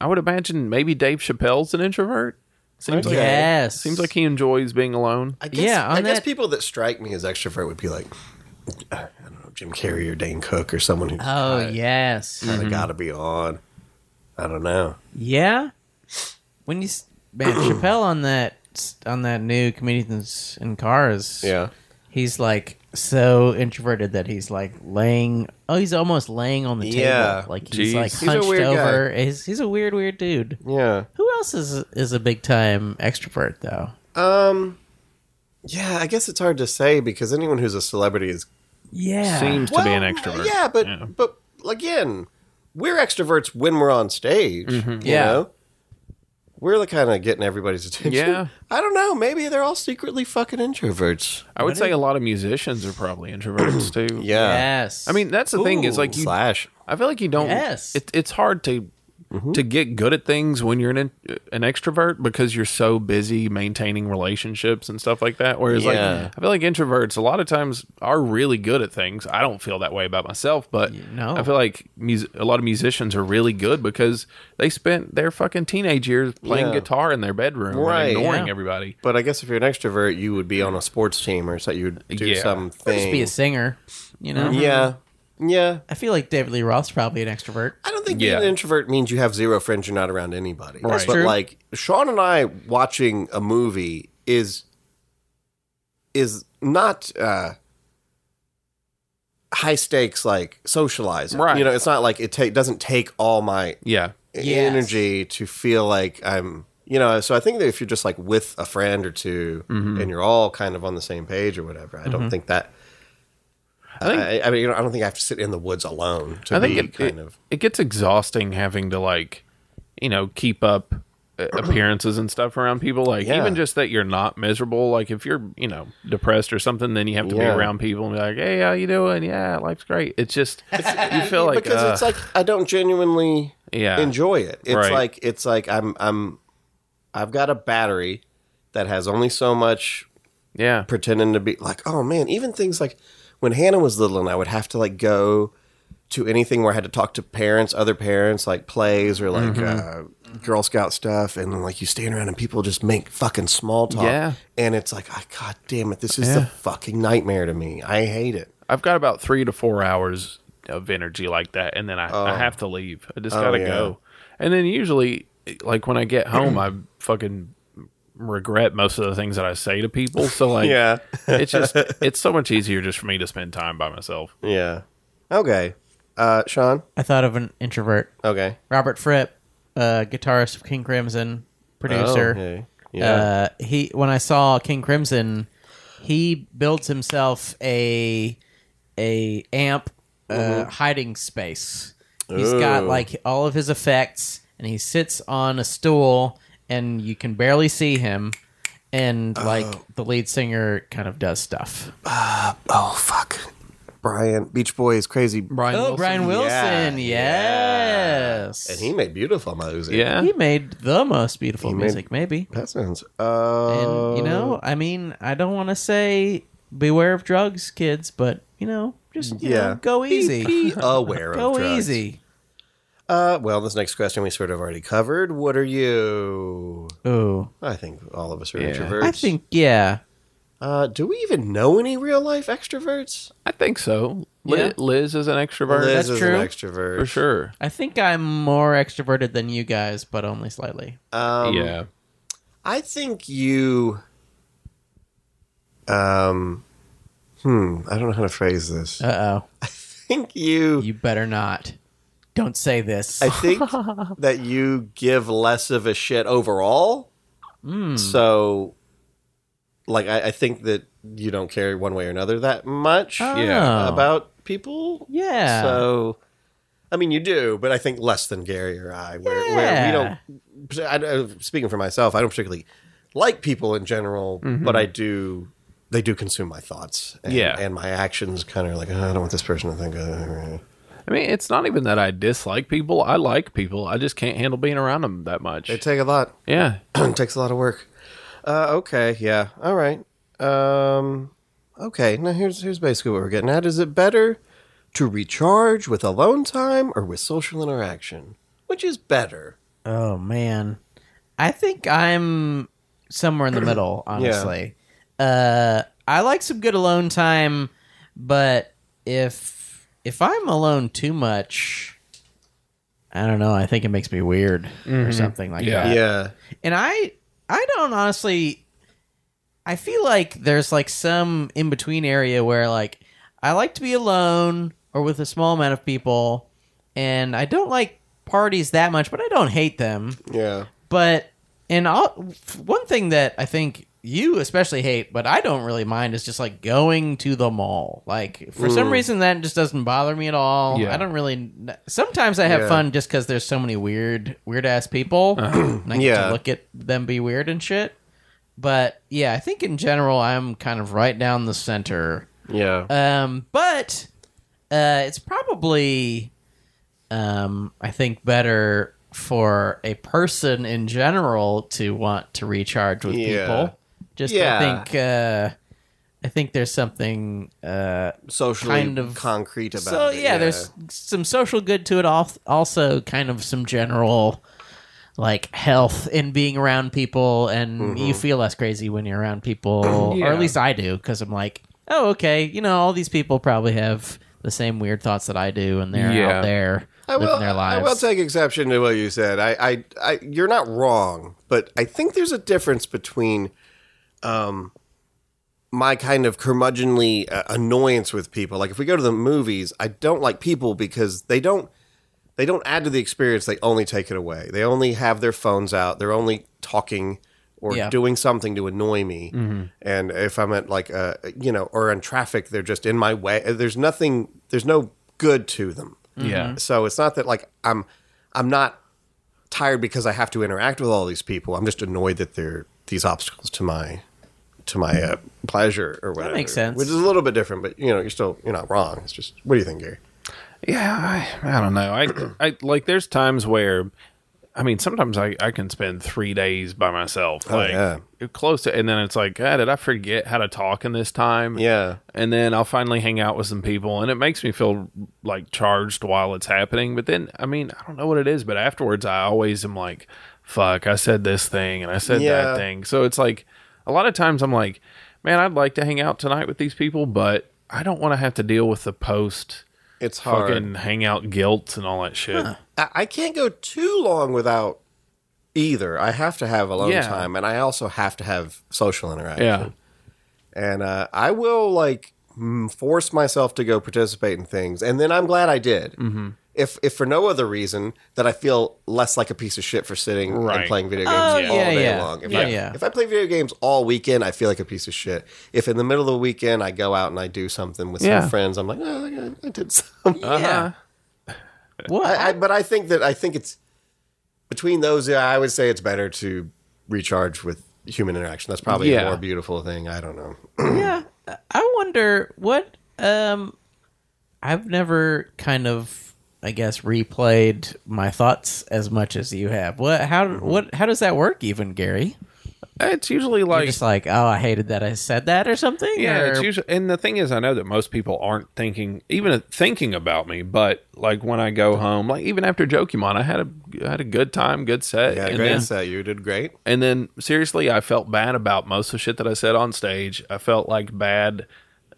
Speaker 3: I would imagine maybe Dave Chappelle's an introvert. Seems like
Speaker 5: Yes.
Speaker 3: seems like he enjoys being alone.
Speaker 4: I guess,
Speaker 5: Yeah,
Speaker 4: I
Speaker 5: on
Speaker 4: guess
Speaker 5: that-
Speaker 4: people that strike me as extrovert would be like, I don't know, Jim Carrey or Dane Cook or someone who's
Speaker 5: Oh yes.
Speaker 4: kind of got to be on. I don't know.
Speaker 5: Yeah. When you s- man Chappelle on that on that new comedians in cars. He's like so introverted that he's like laying. Oh, he's almost laying on the table.
Speaker 4: Yeah.
Speaker 5: Like he's
Speaker 3: Jeez.
Speaker 5: like
Speaker 3: He's
Speaker 4: a
Speaker 5: hunched
Speaker 4: weird guy.
Speaker 5: over. He's he's a weird, weird dude.
Speaker 4: Yeah.
Speaker 5: Who else is is a big time extrovert though?
Speaker 4: Um, Yeah, I guess it's hard to say because anyone who's a celebrity is
Speaker 5: Yeah.
Speaker 3: Seems to be an extrovert.
Speaker 4: Yeah, but but again, we're extroverts when we're on stage. You
Speaker 5: Yeah.
Speaker 4: know? We're the kind of getting everybody's attention.
Speaker 3: Yeah.
Speaker 4: I don't know. Maybe they're all secretly fucking introverts.
Speaker 3: I would say a lot of musicians are probably introverts too.
Speaker 4: Yeah.
Speaker 5: yes.
Speaker 3: I mean, that's the thing is like you.
Speaker 4: Slash.
Speaker 3: I feel like you don't.
Speaker 5: Yes.
Speaker 3: It, it's hard to
Speaker 4: Mm-hmm.
Speaker 3: to get good at things when you're an in, an extrovert because you're so busy maintaining relationships and stuff like that. Whereas,
Speaker 4: Yeah.
Speaker 3: like, I feel like introverts a lot of times are really good at things. I don't feel that way about myself, but
Speaker 5: no.
Speaker 3: I feel like mus- a lot of musicians are really good because they spent their fucking teenage years playing
Speaker 4: Yeah.
Speaker 3: guitar in their bedroom,
Speaker 4: Right.
Speaker 3: and ignoring
Speaker 5: Yeah.
Speaker 3: everybody.
Speaker 4: But I guess if you're an extrovert, you would be on a sports team or so you would do
Speaker 3: Yeah.
Speaker 4: something.
Speaker 5: just be a singer. You know.
Speaker 4: yeah. Yeah.
Speaker 5: I feel like David Lee Roth's probably an extrovert.
Speaker 4: I don't think
Speaker 3: Yeah.
Speaker 4: being an introvert means you have zero friends, you're not around anybody.
Speaker 3: That's
Speaker 4: but
Speaker 5: true.
Speaker 4: like Sean and I watching a movie is is not uh high stakes like socializing.
Speaker 3: Right.
Speaker 4: You know, it's not like it ta- doesn't take all my
Speaker 3: Yeah.
Speaker 5: Yes.
Speaker 4: e-, energy to feel like I'm, you know. So I think that if you're just like with a friend or 2
Speaker 3: Mm-hmm.
Speaker 4: and you're all kind of on the same page or whatever, I don't think that. I,
Speaker 3: think-
Speaker 4: I, mean, you know, I don't think I have to sit in the woods alone to
Speaker 3: I think
Speaker 4: be
Speaker 3: it,
Speaker 4: kind
Speaker 3: it,
Speaker 4: of.
Speaker 3: it gets exhausting having to like, you know, keep up uh, appearances and stuff around people. Like
Speaker 4: Yeah.
Speaker 3: even just that you're not miserable. Like if you're you know depressed or something, then you have to
Speaker 4: Yeah.
Speaker 3: be around people and be like, hey, how you doing? Yeah, life's great. It's just you feel like
Speaker 4: because
Speaker 3: uh,
Speaker 4: it's like I don't genuinely
Speaker 3: Yeah.
Speaker 4: enjoy it. It's
Speaker 3: Right.
Speaker 4: like it's like I'm I'm I've got a battery that has only so much
Speaker 3: yeah,
Speaker 4: pretending to be like, oh man, even things like when Hannah was little and I would have to like go to anything where I had to talk to parents, other parents, like plays or like uh, Girl Scout stuff, and then like you stand around and people just make fucking small talk,
Speaker 3: Yeah.
Speaker 4: and it's like, I god damn it, this is the fucking nightmare to me. I hate it.
Speaker 3: I've got about three to four hours of energy like that, and then I, I have to leave. I just
Speaker 4: Oh,
Speaker 3: gotta
Speaker 4: yeah.
Speaker 3: go. And then usually, like when I get home, I fucking regret most of the things that I say to people. So like,
Speaker 4: Yeah.
Speaker 3: it's just it's so much easier just for me to spend time by myself.
Speaker 4: Yeah. Okay. Uh, Sean.
Speaker 5: I thought of an introvert.
Speaker 4: Okay.
Speaker 5: Robert Fripp, uh, guitarist of King Crimson, producer.
Speaker 4: Okay. Oh, Yeah.
Speaker 5: Uh, he when I saw King Crimson, he builds himself a a amp uh, hiding space. He's got
Speaker 4: Mm-hmm. Ooh.
Speaker 5: like all of his effects, and he sits on a stool, and you can barely see him. And like the lead singer kind of does stuff.
Speaker 4: oh fuck. Brian Beach Boys crazy. Brian.
Speaker 5: oh, Brian Wilson, yes,
Speaker 4: And he made beautiful music.
Speaker 3: Yeah,
Speaker 5: He made the most beautiful
Speaker 4: made-
Speaker 5: music, maybe.
Speaker 4: That sounds.
Speaker 5: And
Speaker 4: Uh,
Speaker 5: you know, I mean, I don't want to say beware of drugs, kids, but you know, just you
Speaker 4: Yeah.
Speaker 5: know, go easy,
Speaker 4: aware of
Speaker 5: go
Speaker 4: drugs.
Speaker 5: easy.
Speaker 4: Uh, well, this next question we sort of already covered. What are you?
Speaker 5: Ooh,
Speaker 4: I think all of us are
Speaker 3: Yeah.
Speaker 4: introverts.
Speaker 5: I think yeah,
Speaker 4: Uh, do we even know any real life extroverts?
Speaker 3: I think so. Li-
Speaker 5: Yeah.
Speaker 3: Liz is an extrovert
Speaker 4: Liz
Speaker 5: that's
Speaker 4: is
Speaker 5: true.
Speaker 4: an extrovert
Speaker 3: for sure.
Speaker 5: I think I'm more extroverted than you guys, but only slightly.
Speaker 4: Um,
Speaker 3: yeah,
Speaker 4: I think you. Um, hmm. I don't know how to phrase this.
Speaker 5: Uh oh,
Speaker 4: I think you.
Speaker 5: you better not. Don't say this.
Speaker 4: I think that you give less of a shit overall.
Speaker 5: Hmm.
Speaker 4: So, like, I, I think that you don't care one way or another that much
Speaker 3: Yeah.
Speaker 5: Oh.
Speaker 4: about people.
Speaker 5: yeah.
Speaker 4: So, I mean, you do, but I think less than Gary or I, where, where we don't. I, don't- speaking for myself, I don't particularly like people in general,
Speaker 5: Mm-hmm.
Speaker 4: but I do. They do consume my thoughts, and,
Speaker 3: Yeah.
Speaker 4: and my actions. Kind of like "Oh, I don't want this person to think. Of.
Speaker 3: I mean, it's not even that I dislike people. I like people. I just can't handle being around them that much.
Speaker 4: They take a lot.
Speaker 3: yeah,
Speaker 4: it takes a lot of work. Uh, okay, yeah, all right. Um, okay, now here's here's basically what we're getting at: is it better to recharge with alone time or with social interaction? Which is better?
Speaker 5: Oh man, I think I'm somewhere in the middle. Honestly, uh, I like some good alone time, but if if I'm alone too much, I don't know. I think it makes me weird or something like
Speaker 3: Mm-hmm. Yeah.
Speaker 5: that.
Speaker 4: yeah,
Speaker 5: And I I don't honestly. I feel like there's like some in between area where like I like to be alone or with a small amount of people, and I don't like parties that much, but I don't hate them
Speaker 4: yeah.
Speaker 5: but and all, one thing that I think you especially hate, but I don't really mind, is just like going to the mall. Like for
Speaker 4: Mm.
Speaker 5: some reason that just doesn't bother me at all.
Speaker 3: Yeah.
Speaker 5: I don't really. Sometimes I have
Speaker 4: Yeah.
Speaker 5: fun just because there's so many weird, weird ass people, and I get
Speaker 4: Uh-huh. Yeah.
Speaker 5: to look at them be weird and shit. But yeah, I think in general I'm kind of right down the center.
Speaker 4: Yeah.
Speaker 5: Um, but uh, it's probably, um, I think, better for a person in general to want to recharge with
Speaker 4: Yeah.
Speaker 5: people. Just
Speaker 4: Yeah.
Speaker 5: I think, uh, I think there's something. Uh,
Speaker 4: Socially
Speaker 5: kind of-
Speaker 4: concrete about
Speaker 5: so
Speaker 4: it.
Speaker 5: yeah, there's some social good to it. al- Also, kind of some general like health in being around people and you feel less crazy when you're around people or at least i do because i'm like oh okay you know all these people probably have the same weird thoughts that i do and they're
Speaker 3: Yeah.
Speaker 5: out there
Speaker 4: I
Speaker 5: living
Speaker 4: will,
Speaker 5: their lives
Speaker 4: I will take exception to what you said. I, I, I, you're not wrong, but I think there's a difference between um, my kind of curmudgeonly uh, annoyance with people. Like if we go to the movies, I don't like people because they don't they don't add to the experience. They only take it away. They only have their phones out. They're only talking or
Speaker 5: Yeah. Mm-hmm.
Speaker 4: doing something to annoy me. And if I'm at like uh you know or in traffic, they're just in my way. There's nothing. There's no good to them.
Speaker 5: Mm-hmm.
Speaker 3: Yeah.
Speaker 4: Mm-hmm. So it's not that like I'm I'm not tired because I have to interact with all these people. I'm just annoyed that they're these obstacles to my to my uh, pleasure or whatever.
Speaker 5: makes sense.
Speaker 4: Which is a little bit different, but you know, you're still you're not wrong. It's just what do you think, Gary?
Speaker 3: Yeah, I, I don't know. I, I like. There's times where, I mean, sometimes I, I can spend three days by myself, like
Speaker 4: yeah.
Speaker 3: close to, and then it's like, God, did I forget how to talk in this time?
Speaker 4: Yeah.
Speaker 3: and then I'll finally hang out with some people, and it makes me feel like charged while it's happening. But then, I mean, I don't know what it is, but afterwards, I always am like, "Fuck, I said this thing and I said
Speaker 4: Yeah.
Speaker 3: that thing." So it's like a lot of times I'm like, "Man, I'd like to hang out tonight with these people, but I don't want to have to deal with the post."
Speaker 4: It's hard.
Speaker 3: fucking hangout guilt and all that shit.
Speaker 4: I, I can't go too long without either. I have to have alone
Speaker 3: Yeah.
Speaker 4: time, and I also have to have social interaction.
Speaker 3: Yeah.
Speaker 4: and uh, I will like mm, force myself to go participate in things, and then I'm glad I did. Mm-hmm. If if for no other reason that I feel less like a piece of shit for sitting
Speaker 3: Right.
Speaker 4: and playing video games
Speaker 5: Oh,
Speaker 4: all
Speaker 5: yeah,
Speaker 4: day
Speaker 5: yeah.
Speaker 4: long. If
Speaker 5: Yeah,
Speaker 4: I
Speaker 5: yeah.
Speaker 4: if I play video games all weekend, I feel like a piece of shit. If in the middle of the weekend I go out and I do something with
Speaker 3: Yeah.
Speaker 4: some friends, I'm like, oh, I did something.
Speaker 3: Uh-huh.
Speaker 5: Yeah. What?
Speaker 4: I, I, but I think that I think it's between those. Yeah, I would say it's better to recharge with human interaction. That's probably
Speaker 3: Yeah.
Speaker 4: a more beautiful thing. I don't know.
Speaker 5: yeah i wonder what um i've never kind of i guess replayed my thoughts as much as you have what how
Speaker 3: Mm-hmm.
Speaker 5: what how does that work even gary
Speaker 3: It's usually
Speaker 5: You're
Speaker 3: like
Speaker 5: just like oh i hated that i said that or something
Speaker 3: yeah,
Speaker 5: or-
Speaker 3: it's usually and the thing is I know that most people aren't thinking even uh, thinking about me, but like when I go home, like even after Jokimon, I had a I had a good time, good set.
Speaker 4: Yeah,
Speaker 3: and,
Speaker 4: great
Speaker 3: then,
Speaker 4: set. You did great.
Speaker 3: and then seriously, I felt bad about most of the shit that I said on stage. I felt like bad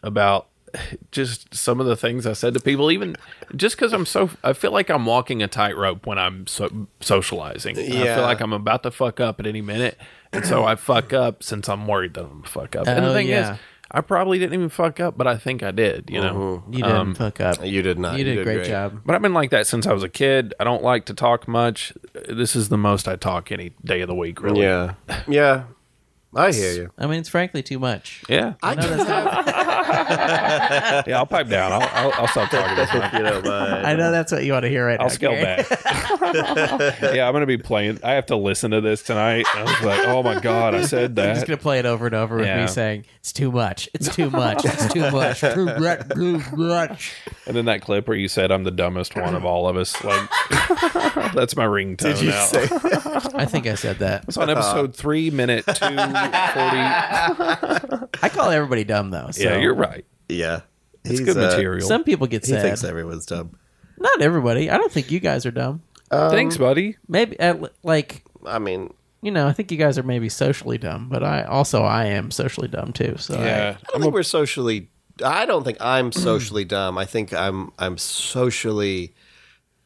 Speaker 3: about just some of the things I said to people, even just because I'm so, I feel like I'm walking a tightrope when I'm so, socializing. I
Speaker 4: Yeah.
Speaker 3: feel like I'm about to fuck up at any minute, and so I fuck up since I'm worried that I'm gonna fuck up. and
Speaker 5: Oh,
Speaker 3: the thing
Speaker 5: yeah.
Speaker 3: is, I probably didn't even fuck up, but I think I did. You know,
Speaker 5: you didn't hook up
Speaker 4: You did not.
Speaker 5: you did a great, job
Speaker 3: but I've been like that since I was a kid. I don't like to talk much. This is the most I talk any day of the week, really.
Speaker 4: Yeah, yeah. I hear you.
Speaker 5: i mean it's frankly too much
Speaker 3: Yeah.
Speaker 4: I can have,
Speaker 3: yeah, I'll pipe down. I'll, I'll, I'll stop talking this time.
Speaker 4: you know, my-
Speaker 5: i know that's what you want to hear right
Speaker 3: I'll
Speaker 5: now
Speaker 3: scale
Speaker 5: Gary.
Speaker 3: back. yeah, I'm gonna be playing. I have to listen to this tonight. I was like, oh my god, I said
Speaker 5: I'm just
Speaker 3: that.
Speaker 5: gonna play it over and over with
Speaker 3: Yeah.
Speaker 5: me saying it's too much, it's too much, it's too much, too much, too much.
Speaker 3: And then that clip where you said I'm the dumbest one of all of us. Like, that's my ringtone
Speaker 4: Did you
Speaker 3: now.
Speaker 4: say?
Speaker 5: I think I said that.
Speaker 3: it's on episode three, minute two forty. yeah,
Speaker 5: I call everybody dumb though. So.
Speaker 3: you're right.
Speaker 4: yeah,
Speaker 3: It's
Speaker 4: He's,
Speaker 3: good
Speaker 4: uh,
Speaker 3: material.
Speaker 5: Some people get
Speaker 4: He
Speaker 5: sad.
Speaker 4: thinks everyone's dumb.
Speaker 5: Not everybody. I don't think you guys are dumb.
Speaker 4: um,
Speaker 3: Thanks, buddy.
Speaker 5: Maybe uh, like
Speaker 4: I mean,
Speaker 5: you know, I think you guys are maybe socially dumb, but I also I am socially dumb too. So
Speaker 3: Yeah,
Speaker 4: I don't think we're socially. I don't think I'm socially dumb. I think I'm I'm socially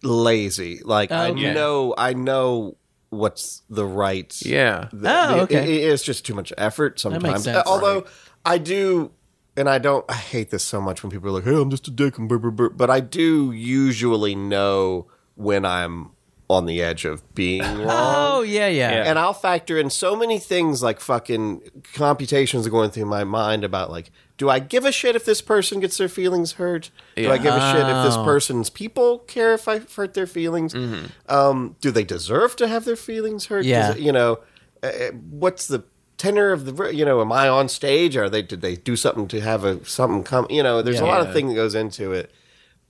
Speaker 4: lazy. Like I
Speaker 5: Oh, Okay.
Speaker 4: know I know what's the right.
Speaker 3: yeah.
Speaker 4: the-
Speaker 5: Oh,
Speaker 4: the-
Speaker 5: okay.
Speaker 4: it- it's just too much effort sometimes.
Speaker 5: sense.
Speaker 4: Uh, Although I do, and I don't. I hate this so much when people are like, "Hey, I'm just a dick," and brr, brr, brr," but I do usually know when I'm on the edge of being wrong.
Speaker 5: Oh yeah, yeah.
Speaker 4: And I'll factor in so many things like fucking computations are going through my mind about like, do I give a shit if this person gets their feelings hurt? Do I give a shit if this person's people care if I hurt their feelings? Um, do they deserve to have their feelings hurt? Does
Speaker 5: Mm-hmm. Yeah.
Speaker 4: it- you know, uh, what's the tenor of the ver- you know? Am I on stage? Are they did they do something to have a something come? You know, there's a lot of thing that goes into it.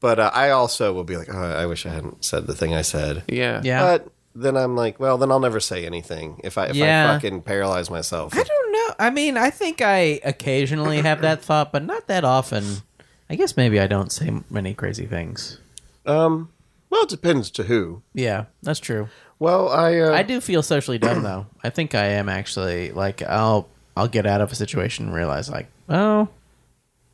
Speaker 4: But uh, I also will be like, oh, I wish I hadn't said the thing I said.
Speaker 3: Yeah.
Speaker 5: Yeah.
Speaker 4: But then I'm like, well, then I'll never say anything if I if
Speaker 5: Yeah.
Speaker 4: I fucking paralyze myself.
Speaker 5: I don't know. I mean, I think I occasionally have that thought, but not that often. I guess maybe I don't say many crazy things.
Speaker 4: Um, Well, it depends to who.
Speaker 5: Yeah, that's true.
Speaker 4: Well, I, uh,
Speaker 5: I do feel socially dumb though. I think I am actually like I'll
Speaker 3: Mm-hmm.
Speaker 5: I'll get out of a situation and realize like oh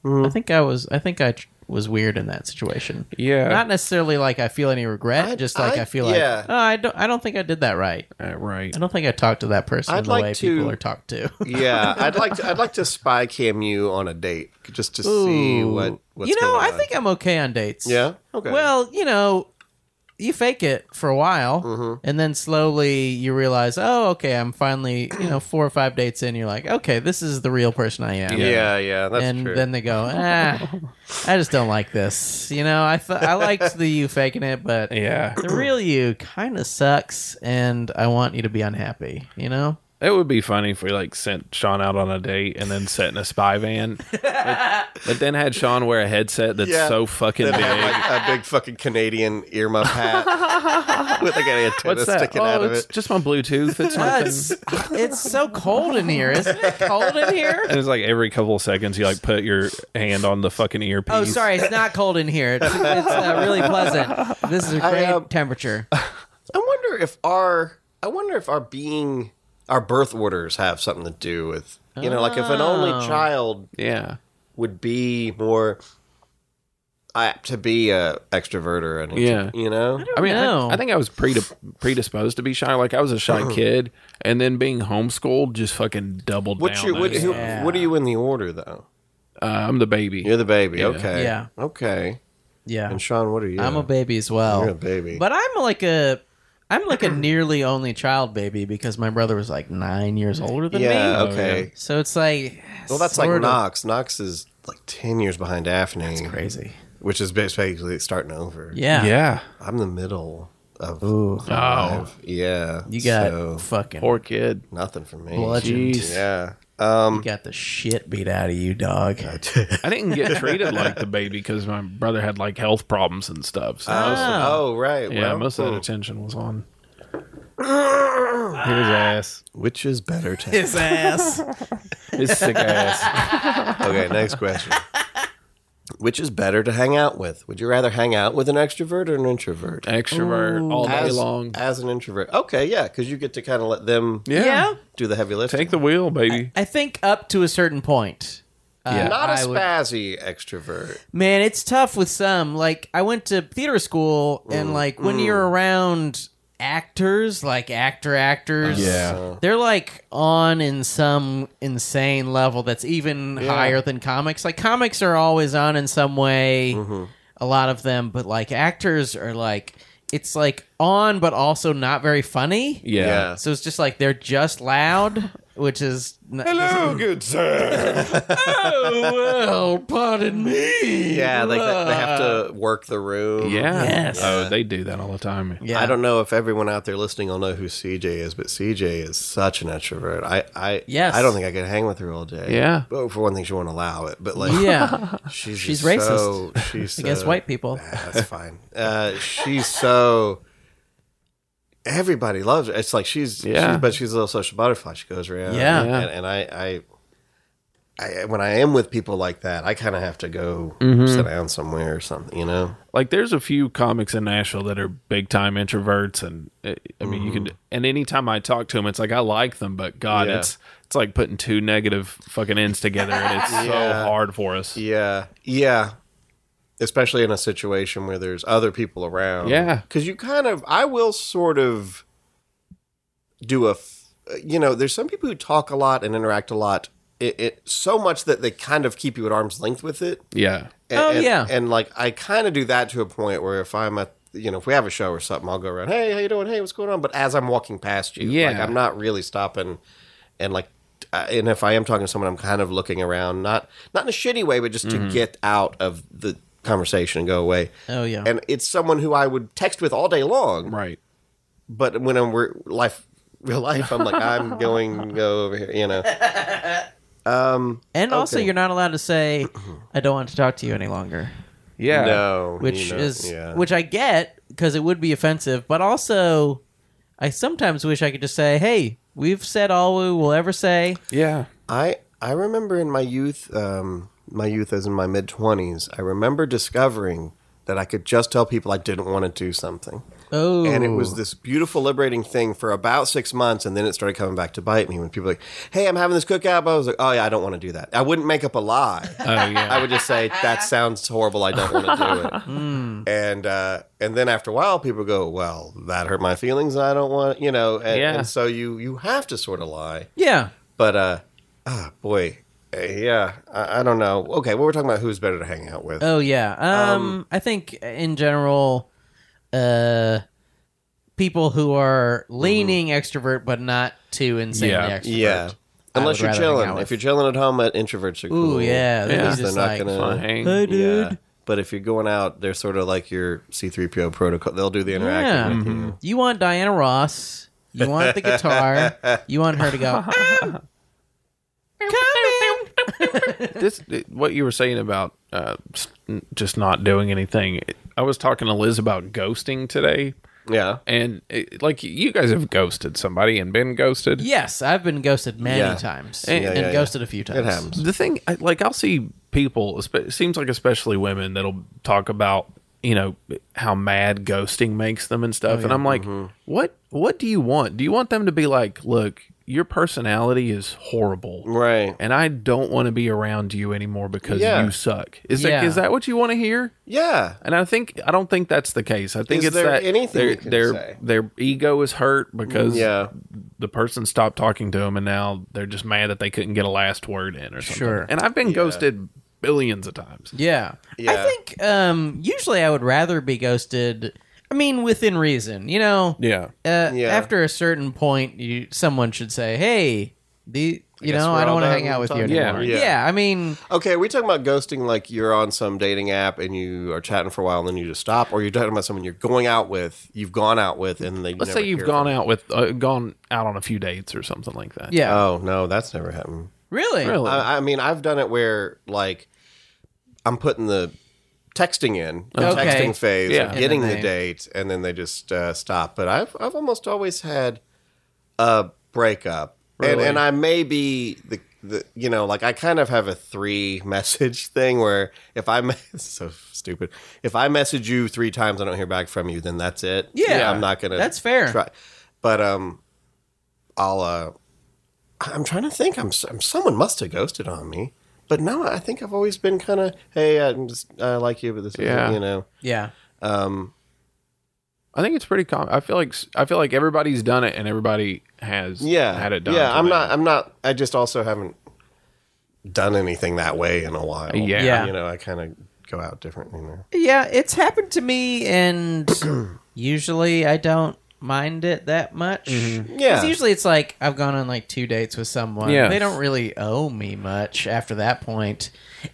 Speaker 5: I think I was I think I tr- was weird in that situation.
Speaker 3: Yeah.
Speaker 5: Not necessarily like I feel any regret, just like I,
Speaker 4: I-
Speaker 5: feel
Speaker 4: yeah.
Speaker 5: like oh, I don't I don't think I did that right.
Speaker 3: Uh, right.
Speaker 5: I don't think I talked to that person
Speaker 4: I'd
Speaker 5: in the
Speaker 4: like
Speaker 5: way
Speaker 4: to-
Speaker 5: people are talked to.
Speaker 4: Yeah, I'd like to, I'd like to spy cam you on a date just to see what what's
Speaker 5: you know,
Speaker 4: going
Speaker 5: I
Speaker 4: on.
Speaker 5: think I'm okay on dates.
Speaker 4: Yeah? Okay.
Speaker 5: Well, you know, you fake it for a while,
Speaker 4: Mm-hmm.
Speaker 5: and then slowly you realize, oh, okay, I'm finally, you know, four or five dates in. You're like, okay, this is the real person I am.
Speaker 4: yeah, yeah, that's
Speaker 5: and
Speaker 4: true.
Speaker 5: then they go, ah, I just don't like this. You know, I th- I liked the you faking it, but
Speaker 3: Yeah.
Speaker 5: the real you kind of sucks, and I want you to be unhappy. You know.
Speaker 3: It would be funny if we like sent Sean out on a date and then set in a spy van, but, but then had Sean wear a headset that's
Speaker 4: Yeah.
Speaker 3: so fucking
Speaker 4: Then I
Speaker 3: big.
Speaker 4: have, like, a big fucking Canadian earmuff hat with like an antenna
Speaker 3: What's that?
Speaker 4: sticking out
Speaker 3: Oh,
Speaker 4: of
Speaker 3: it's
Speaker 4: it.
Speaker 3: just my Bluetooth. It's
Speaker 5: Uh,
Speaker 3: nothing.
Speaker 5: it's, it's so cold in here. Isn't it cold in here?
Speaker 3: And it's like every couple of seconds you like put your hand on the fucking earpiece.
Speaker 5: Oh, sorry. It's not cold in here. It's, it's uh, really pleasant. This is a great
Speaker 4: um,
Speaker 5: temperature.
Speaker 4: I wonder if our I wonder if our being our birth orders have something to do with you know like if an only child
Speaker 3: Oh. Yeah.
Speaker 4: would be more apt to be a extrovert or an
Speaker 3: Yeah.
Speaker 4: you know
Speaker 3: I mean,
Speaker 5: No.
Speaker 3: I, I think I was predip- predisposed to be shy. Like I was a
Speaker 4: Uh-huh.
Speaker 3: shy kid, and then being homeschooled just fucking doubled
Speaker 4: what's
Speaker 3: down.
Speaker 4: your what,
Speaker 3: on it.
Speaker 4: who,
Speaker 5: Yeah.
Speaker 4: what are you in the order though
Speaker 3: uh, I'm the baby.
Speaker 4: you're the baby okay
Speaker 5: Yeah.
Speaker 4: okay
Speaker 5: Yeah.
Speaker 4: and Sean what are you
Speaker 5: I'm a baby as well.
Speaker 4: You're a baby.
Speaker 5: But I'm like a I'm like a nearly only child baby because my brother was like nine years older than
Speaker 4: yeah
Speaker 5: me.
Speaker 4: okay
Speaker 5: So it's like
Speaker 4: well that's
Speaker 5: Oh, sort
Speaker 4: like
Speaker 5: of
Speaker 4: Knox Knox is like ten years behind Daphne
Speaker 5: crazy.
Speaker 4: which is basically starting over
Speaker 5: Yeah.
Speaker 3: yeah.
Speaker 4: I'm the middle of
Speaker 5: Ooh.
Speaker 3: Oh,
Speaker 4: yeah
Speaker 5: You got
Speaker 4: so,
Speaker 5: fucking
Speaker 3: poor kid.
Speaker 4: nothing for me
Speaker 5: bludgeoned.
Speaker 4: yeah
Speaker 3: Oh.
Speaker 5: You got the shit beat out of you, dog.
Speaker 3: I didn't get treated like the baby because my brother had like health problems and stuff. So I was-
Speaker 4: oh right
Speaker 3: yeah,
Speaker 4: well,
Speaker 3: most of that
Speaker 4: hmm.
Speaker 3: attention was on his ass,
Speaker 4: which is better to
Speaker 5: His ass.
Speaker 3: his sick ass.
Speaker 4: Okay, next question. Which is better to hang out with? Would you rather hang out with an extrovert or an introvert?
Speaker 3: Extrovert all day
Speaker 4: As, uh,
Speaker 3: long.
Speaker 4: as an introvert. Okay, yeah, because you get to kind of let them
Speaker 3: Yeah.
Speaker 5: yeah.
Speaker 4: do the heavy lifting.
Speaker 3: Take the wheel, baby.
Speaker 5: I think up to a certain point. uh,
Speaker 3: yeah.
Speaker 4: Not a
Speaker 5: I would-
Speaker 4: spazzy extrovert.
Speaker 5: Man, it's tough with some. Like I went to theater school,
Speaker 3: Mm.
Speaker 5: and like when you're around actors, like actor actors,
Speaker 3: Yeah.
Speaker 5: they're like on in some insane level that's even higher than comics. Like comics are always on in some way,
Speaker 3: Mm-hmm.
Speaker 5: a lot of them, but like actors are like it's like on, but also not very funny.
Speaker 3: yeah.
Speaker 4: Yeah.
Speaker 5: So it's just like they're just loud, which is n-
Speaker 4: good sir.
Speaker 5: oh well, pardon me.
Speaker 4: yeah, like they, they have to work the room.
Speaker 3: Yeah.
Speaker 5: Yes.
Speaker 3: Oh, they do that all the time.
Speaker 5: Yeah.
Speaker 4: I don't know if everyone out there listening will know who CJ is, but CJ is such an extrovert. I, I,
Speaker 5: Yes.
Speaker 4: I don't think I could hang with her all day.
Speaker 3: Yeah.
Speaker 4: But for one thing, she won't allow it. But like,
Speaker 5: Yeah.
Speaker 4: she's
Speaker 5: She's
Speaker 4: just so- she's
Speaker 5: Against
Speaker 4: so-
Speaker 5: white people.
Speaker 4: Nah, that's fine. Uh, she's so everybody loves her. It's like she's,
Speaker 3: Yeah.
Speaker 4: she's but she's a little social butterfly. She goes around.
Speaker 5: Yeah.
Speaker 4: and, and I, I, I, when I am with people like that, I kind of have to go
Speaker 5: Mm-hmm.
Speaker 4: sit down somewhere or something. You know?
Speaker 3: Like, there's a few comics in Nashville that are big time introverts, and uh, I mean, you can. And anytime I talk to them, it's like I like them, but God,
Speaker 4: Yeah.
Speaker 3: it's it's like putting two negative fucking ends together, and it's
Speaker 4: Yeah.
Speaker 3: so hard for us.
Speaker 4: Yeah, yeah. Especially in a situation where there's other people around.
Speaker 3: Yeah.
Speaker 4: because you kind of, I will sort of do a, f- you know, there's some people who talk a lot and interact a lot. It, it so much that they kind of keep you at arm's length with it.
Speaker 3: Yeah.
Speaker 4: And,
Speaker 5: Oh,
Speaker 4: and-
Speaker 5: yeah.
Speaker 4: and like I kind of do that to a point where if I'm at you know if we have a show or something, I'll go around. Hey, how you doing? Hey, what's going on? But as I'm walking past you, like
Speaker 3: Yeah.
Speaker 4: I'm not really stopping, and like uh, and if I am talking to someone, I'm kind of looking around, not not in a shitty way, but just to get out of the conversation and go away.
Speaker 5: Mm-hmm. Oh, yeah.
Speaker 4: And it's someone who I would text with all day long,
Speaker 3: Right.
Speaker 4: but when I'm re- life real life, I'm like I'm going go over here, you know.
Speaker 5: And also,
Speaker 4: Okay.
Speaker 5: you're not allowed to say, "I don't want to talk to you any longer,"
Speaker 3: Yeah.
Speaker 4: No,
Speaker 5: which
Speaker 4: you know,
Speaker 5: is
Speaker 4: yeah.
Speaker 5: which I get because it would be offensive. But also, I sometimes wish I could just say, "Hey, we've said all we will ever say."
Speaker 3: Yeah.
Speaker 4: I I remember in my youth, um, my youth as in my mid twenties, I remember discovering that I could just tell people I didn't want to do something.
Speaker 5: Oh,
Speaker 4: and it was this beautiful liberating thing for about six months and then it started coming back to bite me when people were like hey i'm having this cookout but i was like oh yeah i don't want to do that i wouldn't make up a lie
Speaker 3: Oh yeah.
Speaker 4: i would just say that sounds horrible i don't want to do it and uh, and then after a while people go well that hurt my feelings and i don't want you know and,
Speaker 3: Yeah.
Speaker 4: and so you you have to sort of lie
Speaker 5: yeah.
Speaker 4: but uh ah boy Uh, yeah I, I don't know okay well we're talking about who's better to hang out with
Speaker 5: Oh yeah. Um, I think in general, uh, people who are leaning extrovert but not too insanely
Speaker 3: Yeah.
Speaker 5: extrovert.
Speaker 4: mm-hmm. yeah
Speaker 5: I would
Speaker 4: Unless you're
Speaker 5: rather hang out
Speaker 4: chilling.
Speaker 5: with-
Speaker 4: If you're chilling at home, at introverts are
Speaker 5: Ooh
Speaker 4: cool.
Speaker 5: yeah. Then
Speaker 3: Yeah.
Speaker 5: he's
Speaker 4: They're
Speaker 5: just
Speaker 4: not
Speaker 5: like,
Speaker 4: gonna-
Speaker 3: Fine.
Speaker 5: hey dude,
Speaker 4: Yeah. But if you're going out, they're sort of like your C3PO protocol. They'll do the
Speaker 5: Yeah. Mm-hmm.
Speaker 4: interaction. with you.
Speaker 5: you want Diana Ross? You want the guitar? you want her to go? "Um, "I'm coming."
Speaker 3: this what you were saying about uh, s- just not doing anything. I was talking to Liz about ghosting today,
Speaker 4: Yeah.
Speaker 3: and it, like you guys have ghosted somebody and been ghosted.
Speaker 5: Yes, I've been ghosted many
Speaker 4: Yeah.
Speaker 5: times
Speaker 3: Yeah,
Speaker 5: and,
Speaker 4: yeah, yeah.
Speaker 5: ghosted a few times.
Speaker 4: It happens.
Speaker 3: The thing, I, like, I'll see people. espe- It seems like especially women that'll talk about you know how mad ghosting makes them and
Speaker 4: Oh,
Speaker 3: stuff. And I'm like,
Speaker 4: Mm-hmm.
Speaker 3: what? What do you want? Do you want them to be like, look, your personality is horrible,
Speaker 4: Right.
Speaker 3: And I don't want to be around you anymore because
Speaker 4: Yeah.
Speaker 3: you suck. Is
Speaker 5: Yeah.
Speaker 3: that is that what you want to hear?
Speaker 4: Yeah.
Speaker 3: And I think I don't think that's the case. I think
Speaker 4: Is
Speaker 3: it's
Speaker 4: there
Speaker 3: that
Speaker 4: anything
Speaker 3: their
Speaker 4: you can
Speaker 3: their
Speaker 4: say? Mm,
Speaker 3: their ego is hurt because
Speaker 4: Yeah.
Speaker 3: the person stopped talking to them, and now they're just mad that they couldn't get a last word in or something.
Speaker 5: Sure.
Speaker 3: And I've been ghosted billions of times.
Speaker 5: Yeah. I
Speaker 4: Yeah.
Speaker 5: think um, usually I would rather be ghosted. I mean, within reason, you know.
Speaker 3: Yeah.
Speaker 5: Uh,
Speaker 4: Yeah.
Speaker 5: After a certain point, you someone should say, "Hey, the you
Speaker 4: guess
Speaker 5: know,
Speaker 4: we're
Speaker 5: I don't
Speaker 4: all
Speaker 5: want to
Speaker 4: done
Speaker 5: hang out with you
Speaker 4: talking.
Speaker 3: Yeah.
Speaker 5: anymore."
Speaker 4: Yeah.
Speaker 5: I mean,
Speaker 4: Okay. Are we talking about ghosting like you're on some dating app and you are chatting for a while and then you just stop? Or you're talking about someone you're going out with, you've gone out with, and they
Speaker 3: Let's say you've gone out with uh, gone out on a few dates or something like that.
Speaker 5: yeah,
Speaker 4: Oh, no. That's never happened.
Speaker 5: really,
Speaker 3: Really?
Speaker 4: I, I mean, I've done it where like I'm putting the texting in, the
Speaker 5: Okay.
Speaker 4: texting phase,
Speaker 3: Yeah.
Speaker 4: of
Speaker 3: And
Speaker 4: getting
Speaker 5: then
Speaker 4: the
Speaker 5: they-
Speaker 4: date, and then they just uh, stop. But I've I've almost always had a breakup, and
Speaker 3: Really?
Speaker 4: and I may be the. The, you know, like I kind of have a three message thing where if I me- it's so stupid, if I message you three times, I don't hear back from you, then that's it.
Speaker 5: Yeah.
Speaker 4: I'm not gonna.
Speaker 5: That's fair.
Speaker 4: Try. But um, I'll uh, I'm trying to think. I'm, I'm someone must have ghosted on me, but no, I think I've always been kind of hey, I'm just I like you, but this
Speaker 3: Yeah.
Speaker 4: is you know.
Speaker 5: yeah,
Speaker 4: Um,
Speaker 3: I think it's pretty common. I feel like s- I feel like everybody's done it and everybody has
Speaker 4: yeah,
Speaker 3: had it done.
Speaker 4: Yeah,
Speaker 3: to
Speaker 4: I'm
Speaker 3: them.
Speaker 4: not. I'm not. I just also haven't done anything that way in a while.
Speaker 3: Yeah.
Speaker 5: Yeah.
Speaker 4: you know, I kind of go out differently now.
Speaker 5: yeah. It's happened to me, and usually I don't mind it that much.
Speaker 4: Yeah.
Speaker 5: 'Cause usually it's like I've gone on like two dates with someone.
Speaker 3: Mm-hmm. Yeah.
Speaker 5: They don't really owe me much after that point.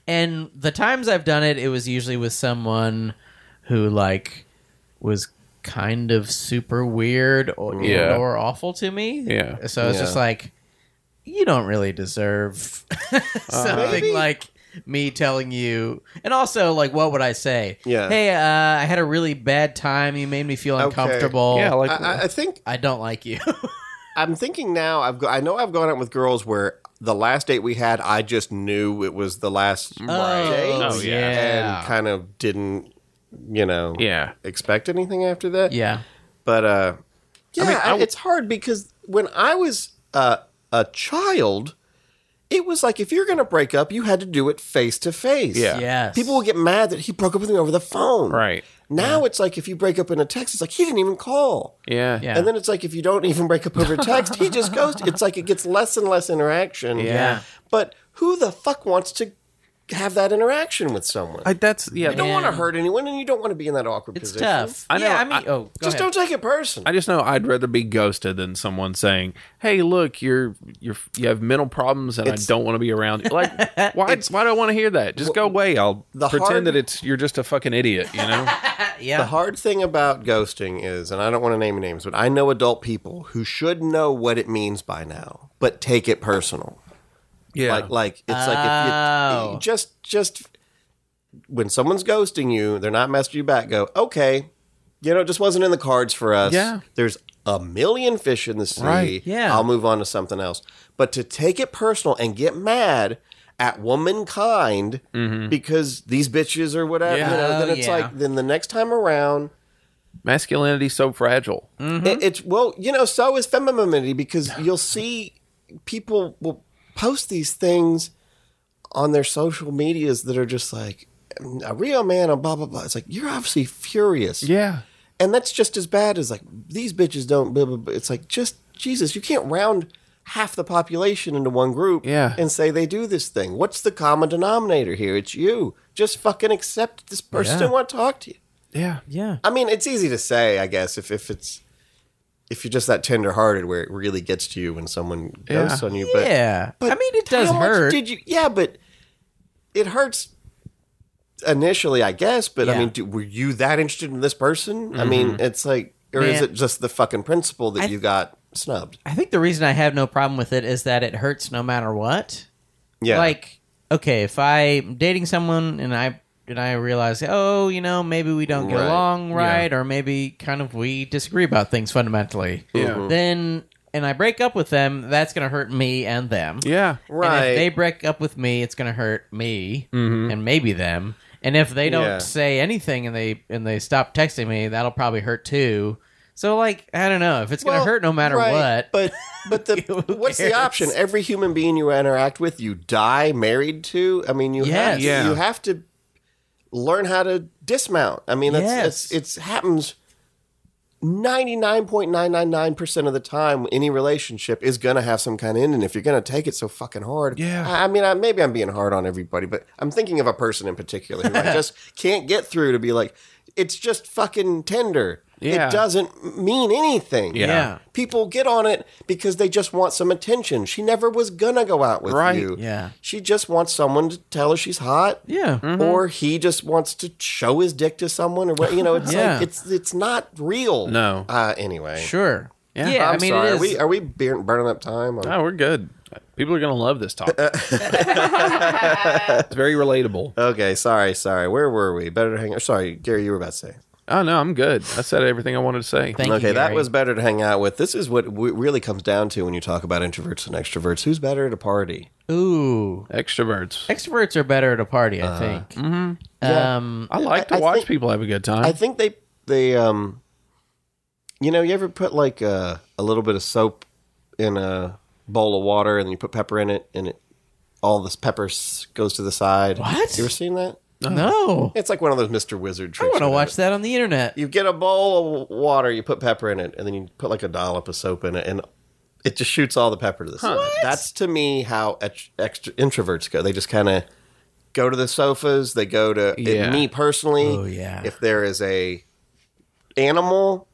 Speaker 5: And the times I've done it, it was usually with someone who like was kind of super weird or
Speaker 3: Yeah.
Speaker 5: or awful to me.
Speaker 3: Yeah.
Speaker 5: So it's just
Speaker 4: Yeah.
Speaker 5: like you don't really deserve
Speaker 4: Uh-huh.
Speaker 5: something like me telling you and also like what would i say
Speaker 4: Yeah.
Speaker 5: hey uh, i had a really bad time you made me feel uncomfortable
Speaker 3: Yeah, like
Speaker 4: I, I- I think
Speaker 5: i don't like you
Speaker 4: I'm thinking now. I've go, I know I've gone out with girls where the last date we had, I just knew it was the last date,
Speaker 3: Oh, yeah.
Speaker 4: and kind of didn't, you know,
Speaker 3: yeah.
Speaker 4: expect anything after that.
Speaker 5: yeah.
Speaker 4: But uh, yeah,
Speaker 3: mean,
Speaker 4: I-
Speaker 3: I-
Speaker 4: it's hard because when I was uh, a child, it was like if you're going to break up, you had to do it face to face.
Speaker 3: Yeah.
Speaker 5: Yes.
Speaker 4: People will get mad that he broke up with me over the phone.
Speaker 3: Right.
Speaker 4: Now it's like if you break up in a text, it's like he didn't even call.
Speaker 3: Yeah.
Speaker 5: Yeah.
Speaker 4: And then it's like if you don't even break up over text, he just goes. It's like it gets less and less interaction.
Speaker 5: Yeah.
Speaker 4: But who the fuck wants to have that interaction with someone?
Speaker 3: I, that's yeah.
Speaker 4: you don't want to
Speaker 5: Yeah.
Speaker 4: hurt anyone, and you don't want to be in that awkward
Speaker 5: It's
Speaker 4: position.
Speaker 5: tough.
Speaker 3: I
Speaker 5: yeah, I
Speaker 3: know,
Speaker 5: mean,
Speaker 3: I-
Speaker 5: oh, go
Speaker 4: Just
Speaker 5: ahead.
Speaker 4: don't take it personal.
Speaker 3: I just know I'd rather be ghosted than someone saying, "Hey, look, you're you're you have mental problems, and I don't want to be around." you." Like, why? why do I want to hear that? Just go away. I'll
Speaker 4: the
Speaker 3: pretend
Speaker 4: hard-
Speaker 3: that it's you're just a fucking idiot. You know?
Speaker 4: The
Speaker 5: yeah,
Speaker 4: hard thing about ghosting is, and I don't want to name names, but I know adult people who should know what it means by now, but take it personal.
Speaker 3: yeah.
Speaker 4: Like, like it's like if you,
Speaker 5: Oh.
Speaker 4: just, just when someone's ghosting you, they're not messaging you back. Go, okay, you know, it just wasn't in the cards for us.
Speaker 3: Yeah.
Speaker 4: there's a million fish in the sea.
Speaker 3: Right.
Speaker 5: Yeah.
Speaker 4: I'll move on to something else. But to take it personal and get mad at womankind because these bitches or whatever,
Speaker 3: Yeah.
Speaker 4: you know, then
Speaker 5: Oh,
Speaker 4: it's
Speaker 5: yeah.
Speaker 4: like then the next time around
Speaker 3: Masculinity's so fragile.
Speaker 4: It- it's well, you know, so is femininity because you'll see people will post these things on their social medias that are just like a real man and blah blah blah. It's like you're obviously furious,
Speaker 3: Yeah.
Speaker 4: and that's just as bad as like these bitches don't. Blah, blah, blah. It's like just Jesus, you can't round half the population into one group
Speaker 3: Yeah.
Speaker 4: and say they do this thing. What's the common denominator here? It's you. Just fucking accept this person
Speaker 3: Yeah.
Speaker 4: didn't want to talk to you.
Speaker 3: Yeah.
Speaker 5: Yeah.
Speaker 4: I mean, it's easy to say, I guess, if, if it's if you're just that tender-hearted, where it really gets to you when someone
Speaker 3: Yeah.
Speaker 4: ghosts on you. But,
Speaker 5: Yeah.
Speaker 4: but
Speaker 5: I mean, it does
Speaker 4: how much
Speaker 5: hurt.
Speaker 4: Did you? Yeah, but it hurts initially, I guess. But
Speaker 5: Yeah.
Speaker 4: I
Speaker 5: Mm-hmm.
Speaker 4: mean, do, were you that interested in this person? I mean, it's like, or is
Speaker 5: Man.
Speaker 4: it just the fucking principle that
Speaker 5: I-
Speaker 4: you got snubbed?
Speaker 5: I think the reason I have no problem with it is that it hurts no matter what.
Speaker 4: Yeah,
Speaker 5: Like, okay, if I'm dating someone and I and I realize, oh, you know, maybe we don't get
Speaker 4: Right.
Speaker 5: along right, or maybe kind of we disagree about things fundamentally.
Speaker 3: Yeah.
Speaker 5: Then and I break up with them, that's gonna hurt me and them.
Speaker 3: Yeah.
Speaker 4: right. Mm-hmm.
Speaker 5: And if they break up with me, it's going to hurt me and maybe them. And if they don't
Speaker 4: Yeah.
Speaker 5: say anything and they and they stop texting me, that'll probably hurt too. So like, I don't know if it's going
Speaker 4: Well,
Speaker 5: to hurt no matter
Speaker 4: right,
Speaker 5: what.
Speaker 4: But but the
Speaker 5: Who
Speaker 4: what's
Speaker 5: cares?
Speaker 4: the option? Every human being you interact with, you die married to. I mean, you
Speaker 5: Yes.
Speaker 4: have to,
Speaker 3: Yeah.
Speaker 4: you have to learn how to dismount. I mean, that's,
Speaker 5: Yes.
Speaker 4: it's it's happens. 99.999% of the time any relationship is going to have some kind of ending if you're going to take it so fucking hard
Speaker 3: Yeah.
Speaker 4: I, I mean I, maybe i'm being hard on everybody but i'm thinking of a person in particular who i just can't get through to be like it's just fucking tender
Speaker 3: Yeah.
Speaker 4: it doesn't mean anything
Speaker 3: Yeah.
Speaker 5: yeah.
Speaker 4: People get on it because they just want some attention. She never was gonna go out with
Speaker 3: Right.
Speaker 4: you.
Speaker 5: Yeah.
Speaker 4: She just wants someone to tell her she's hot.
Speaker 5: Yeah. Mm-hmm.
Speaker 4: Or he just wants to show his dick to someone or what you know, it's
Speaker 5: Yeah.
Speaker 4: like it's it's not real.
Speaker 3: No.
Speaker 4: Uh anyway.
Speaker 5: Sure. Yeah.
Speaker 4: I'm
Speaker 5: I mean,
Speaker 4: sorry.
Speaker 5: it
Speaker 4: Are
Speaker 5: is.
Speaker 4: we are we bur- burning up time? on-
Speaker 3: Oh, we're good. People are gonna love this
Speaker 4: Uh,
Speaker 3: topic. it's very relatable.
Speaker 4: Okay, sorry, sorry. Where were we? Better to hang out. Sorry, Gary, you were about to say.
Speaker 3: Oh no, I'm good. I said everything I wanted to say.
Speaker 5: Thank you,
Speaker 4: okay, that
Speaker 5: Gary.
Speaker 4: was better to hang out with. This is what w- really comes down to when you talk about introverts and extroverts. Who's better at a party?
Speaker 5: ooh.
Speaker 3: Extroverts.
Speaker 5: Extroverts are better at a party,
Speaker 4: Uh-huh.
Speaker 5: I think. Um.
Speaker 3: I like to
Speaker 4: I- I
Speaker 3: watch
Speaker 4: think-
Speaker 3: people have a good time.
Speaker 4: I think they they um you know, you ever put like a, a little bit of soap in a bowl of water and then you put pepper in it and it all this pepper s- goes to the side.
Speaker 5: What?
Speaker 4: You ever seen that?
Speaker 5: No.
Speaker 4: It's like one of those Mr. Wizard
Speaker 5: I
Speaker 4: tricks.
Speaker 5: want to
Speaker 4: or whatever.
Speaker 5: watch that on the internet.
Speaker 4: You get a bowl of water, you put pepper in it, and then you put like a dollop of soap in it and it just shoots all the pepper to the side. That's to me how ex- extra introverts go. They just kind of go to the sofas. They go to
Speaker 3: Yeah.
Speaker 4: me personally.
Speaker 5: Oh, yeah.
Speaker 4: If there is a animal,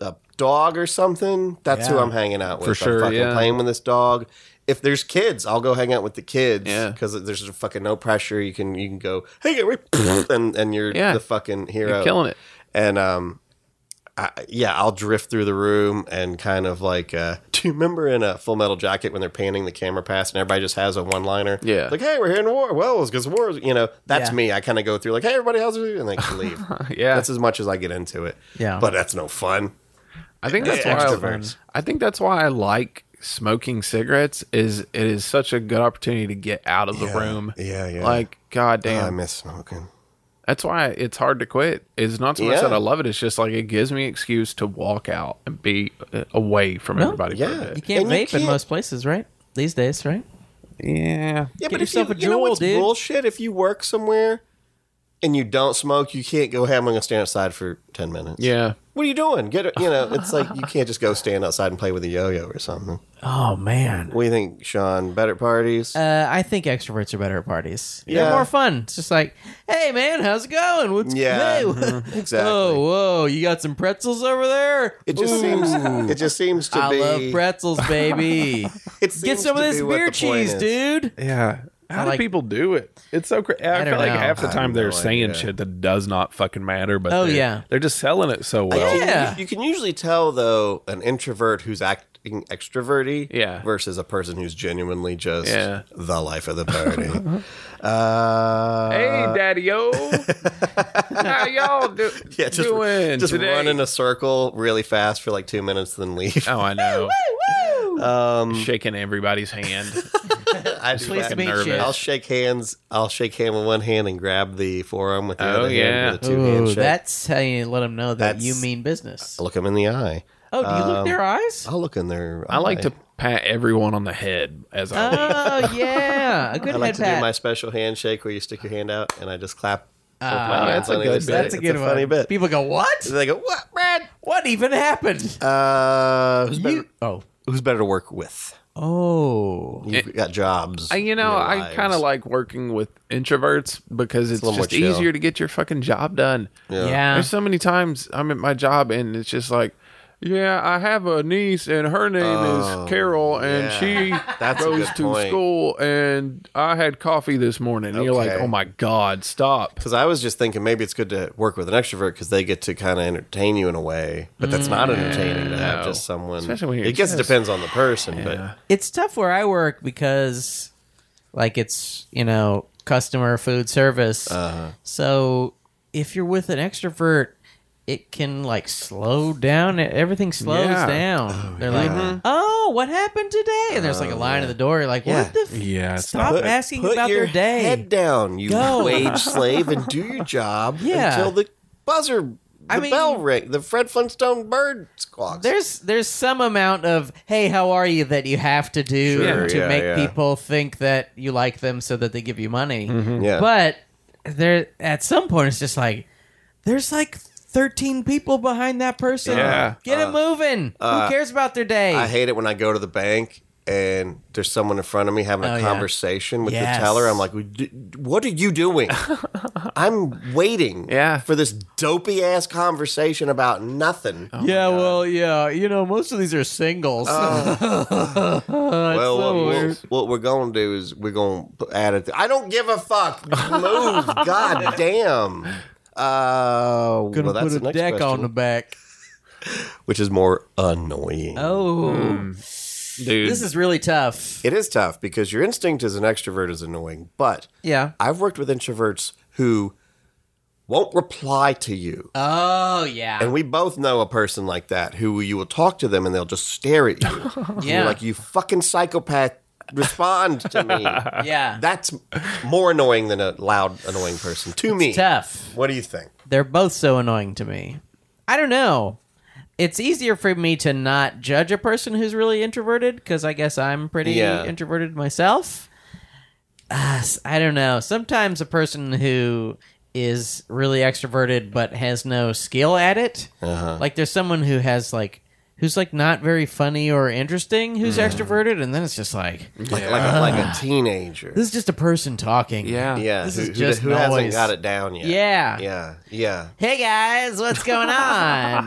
Speaker 4: a dog or something, that's who
Speaker 5: Yeah.
Speaker 4: I'm hanging out with.
Speaker 3: For sure,
Speaker 4: I'm fucking
Speaker 3: yeah.
Speaker 4: playing with this dog. If there's kids, I'll go hang out with the kids
Speaker 3: Yeah.
Speaker 4: because there's fucking no pressure. You can you can go hey Gary," and and you're
Speaker 3: Yeah.
Speaker 4: the fucking hero,
Speaker 3: You're killing it.
Speaker 4: And um, I, yeah, I'll drift through the room and kind of like, uh, do you remember in a Full Metal Jacket when they're panning the camera past and everybody just has a one liner?
Speaker 3: Yeah.
Speaker 4: Like, hey, we're here in war. Well, it's because war, is- you know, that's
Speaker 5: Yeah.
Speaker 4: me. I kind of go through like, hey, everybody, how's it? doing? And like, leave.
Speaker 3: Yeah.
Speaker 4: That's as much as I get into it.
Speaker 5: Yeah.
Speaker 4: But that's no fun.
Speaker 3: I think that's
Speaker 4: Yeah,
Speaker 3: why
Speaker 4: extroverts.
Speaker 3: I, I think that's why I like smoking cigarettes is it is such a good opportunity to get out of the
Speaker 4: Yeah,
Speaker 3: room.
Speaker 4: yeah, yeah.
Speaker 3: Like god
Speaker 4: I
Speaker 3: damn.
Speaker 4: miss smoking.
Speaker 3: that's why it's hard to quit. It's not so much
Speaker 4: Yeah.
Speaker 3: that I love it, it's just like it gives me excuse to walk out and be uh, away from everybody for
Speaker 4: yeah.
Speaker 3: a
Speaker 5: You
Speaker 3: bit.
Speaker 5: can't
Speaker 4: And you
Speaker 5: vape in
Speaker 4: can't-
Speaker 5: most places, right? These days, right?
Speaker 3: Yeah.
Speaker 4: Yeah,
Speaker 5: Get
Speaker 4: but
Speaker 5: yourself
Speaker 4: if
Speaker 5: a
Speaker 4: you, you know
Speaker 5: Juul,
Speaker 4: what's
Speaker 5: dude.
Speaker 4: bullshit? If you work somewhere and you don't smoke, you can't go, hey, I'm going to stand outside for 10 minutes.
Speaker 3: Yeah.
Speaker 4: What are you doing? Get it, you know, it's like you can't just go stand outside and play with a yo-yo or something.
Speaker 5: Oh man.
Speaker 4: What do you think, Sean? Better parties?
Speaker 5: Uh, I think extroverts are better at parties. They're
Speaker 4: Yeah.
Speaker 5: more fun. It's just like, hey man, how's it going? What's
Speaker 4: Yeah,
Speaker 5: hey,
Speaker 4: mhm, exactly.
Speaker 5: Oh, whoa, you got some pretzels over there?
Speaker 4: it just seems. It just seems to
Speaker 5: I
Speaker 4: be.
Speaker 5: love pretzels, baby.
Speaker 4: it seems
Speaker 5: Get some of
Speaker 4: to
Speaker 5: this
Speaker 4: be what
Speaker 5: beer
Speaker 4: the point
Speaker 5: cheese,
Speaker 4: is.
Speaker 5: dude.
Speaker 3: Yeah. How
Speaker 5: I
Speaker 3: do
Speaker 5: like-
Speaker 3: people do it? It's so crazy. I,
Speaker 5: I
Speaker 3: feel
Speaker 5: don't
Speaker 3: like
Speaker 5: know.
Speaker 3: half the
Speaker 4: I
Speaker 3: time
Speaker 4: have
Speaker 3: they're
Speaker 4: no
Speaker 3: saying
Speaker 4: idea.
Speaker 3: shit that does not fucking matter. But
Speaker 5: Oh,
Speaker 3: they're-
Speaker 5: yeah.
Speaker 3: they're just selling it so well.
Speaker 4: You-
Speaker 5: Yeah.
Speaker 4: You, you can usually tell though an introvert who's acting extroverty
Speaker 3: Yeah.
Speaker 4: versus a person who's genuinely just
Speaker 3: Yeah.
Speaker 4: the life of the party. uh,
Speaker 3: Hey, Daddy O, how y'all do-
Speaker 4: yeah, just,
Speaker 3: doing
Speaker 4: just
Speaker 3: today?
Speaker 4: run in a circle really fast for like two minutes, then leave.
Speaker 3: oh, I Oh, know.
Speaker 4: Um,
Speaker 3: shaking everybody's hand.
Speaker 4: I do
Speaker 5: Please
Speaker 4: that.
Speaker 3: Fucking
Speaker 5: meet
Speaker 3: nervous.
Speaker 5: you.
Speaker 4: I'll shake hands. I'll shake hand with one hand and grab the forearm with the
Speaker 3: Oh,
Speaker 4: other
Speaker 3: yeah.
Speaker 4: hand with a two hand
Speaker 5: Ooh,
Speaker 4: shake.
Speaker 5: that's how you let them know that
Speaker 4: That's- Um,
Speaker 5: you mean business.
Speaker 4: I'll look them in the eye.
Speaker 5: Oh, do you look their eyes?
Speaker 4: I'll look in their.
Speaker 3: I like
Speaker 4: eye.
Speaker 3: to pat everyone on the head as I leave.
Speaker 5: Oh yeah, a good
Speaker 4: I like
Speaker 5: head
Speaker 4: to
Speaker 5: pat.
Speaker 4: do my special handshake where you stick your hand out and I just clap. with my
Speaker 5: Ah,
Speaker 4: hands
Speaker 3: that's a
Speaker 4: on either
Speaker 3: good
Speaker 4: side.
Speaker 3: bit.
Speaker 5: That's a
Speaker 4: It's
Speaker 5: good one.
Speaker 4: funny bit.
Speaker 5: People go, what?
Speaker 4: They go, what, Brad?
Speaker 5: What even happened?
Speaker 4: Uh, who's,
Speaker 5: You-
Speaker 4: better,
Speaker 5: oh,
Speaker 4: who's better to work with?
Speaker 5: oh,
Speaker 4: You've got jobs.
Speaker 3: I, you know,
Speaker 4: your
Speaker 3: I
Speaker 4: lives.
Speaker 3: kind of like working with introverts because it's,
Speaker 4: little more
Speaker 3: just
Speaker 4: chill.
Speaker 3: easier to get your fucking job done.
Speaker 5: yeah.
Speaker 3: There's so many times I'm at my job and it's just like, yeah, I have a niece and her name is Carol and
Speaker 4: Oh, yeah.
Speaker 3: she
Speaker 4: That's a
Speaker 3: goes
Speaker 4: good
Speaker 3: to
Speaker 4: point.
Speaker 3: school and I had coffee this morning. And you're like,
Speaker 4: Okay.
Speaker 3: oh my God, stop.
Speaker 4: Because I was just thinking maybe it's good to work with an extrovert because they get to kind of entertain you in a way, but that's not entertaining to have
Speaker 3: Mm, No.
Speaker 4: just someone.
Speaker 3: Especially when you're
Speaker 4: it gets
Speaker 3: just-
Speaker 4: depends on the person, but
Speaker 5: It's tough where I work because, like, it's you know customer food service.
Speaker 4: Uh-huh.
Speaker 5: So if you're with an extrovert, it can like slow down. Everything slows
Speaker 3: Yeah.
Speaker 5: down. They're like, oh, what happened today? And there's like a line at the door. You're like, what the? F-
Speaker 3: Yeah, it's
Speaker 5: Stop
Speaker 4: Put-
Speaker 5: asking
Speaker 4: Oh, put
Speaker 5: about
Speaker 4: your
Speaker 5: their day.
Speaker 4: Head down, you
Speaker 5: Go.
Speaker 4: wage slave, and do your job
Speaker 5: Yeah.
Speaker 4: until the buzzer, the
Speaker 5: I mean-
Speaker 4: bell ring, the Fred Flintstone bird squawks.
Speaker 5: There's there's some amount of hey how are you that you have to do
Speaker 4: Sure,
Speaker 5: to
Speaker 4: yeah,
Speaker 5: make
Speaker 4: yeah.
Speaker 5: people think that you like them so that they give you money.
Speaker 4: Mm-hmm. yeah,
Speaker 5: But there at some point it's just like there's like 13 people behind that person.
Speaker 3: Yeah.
Speaker 5: Get it moving. Who cares about their day?
Speaker 4: Uh, I hate it when I go to the bank and there's someone in front of me having a
Speaker 5: Oh, yeah.
Speaker 4: conversation with
Speaker 5: Yes.
Speaker 4: the teller. I'm like, "D- what are you doing? I'm waiting
Speaker 3: Yeah.
Speaker 4: for this dopey ass conversation about nothing.
Speaker 5: yeah, well, yeah. You know, most of these are singles.
Speaker 4: Oh. well, what, what, what we're going to do is we're going to add it. I don't give a fuck. Move. God damn. Uh,
Speaker 5: Gonna
Speaker 4: well, that's
Speaker 5: put a
Speaker 4: the next
Speaker 5: deck on
Speaker 4: question,
Speaker 5: the back.
Speaker 4: which is more annoying.
Speaker 5: Oh,
Speaker 4: Mm.
Speaker 3: dude.
Speaker 5: this is really tough.
Speaker 4: It is tough because your instinct as an extrovert is annoying, but
Speaker 5: Yeah.
Speaker 4: I've worked with introverts who won't reply to you.
Speaker 5: Oh, yeah.
Speaker 4: and we both know a person like that who you will talk to them and they'll just stare at you. And
Speaker 5: Yeah.
Speaker 4: You're like, you fucking psychopath, respond to me.
Speaker 5: Yeah.
Speaker 4: That's more annoying than a loud, annoying person to me.
Speaker 5: tough.
Speaker 4: What do you think?
Speaker 5: They're both so annoying to me. I don't know. It's easier for me to not judge a person who's really introverted because I guess I'm pretty
Speaker 4: Yeah.
Speaker 5: introverted myself. Uh, I don't know. Sometimes a person who is really extroverted but has no skill at it, like there's someone who has like who's like not very funny or interesting who's extroverted, and then it's just like
Speaker 4: Like, like, a, like a teenager.
Speaker 5: this is just a person talking.
Speaker 3: yeah.
Speaker 4: yeah,
Speaker 5: this
Speaker 4: who,
Speaker 5: is
Speaker 4: who-
Speaker 5: just
Speaker 4: who hasn't
Speaker 5: noise.
Speaker 4: got it down yet?
Speaker 5: Yeah.
Speaker 4: yeah, yeah.
Speaker 5: Hey guys, what's going on?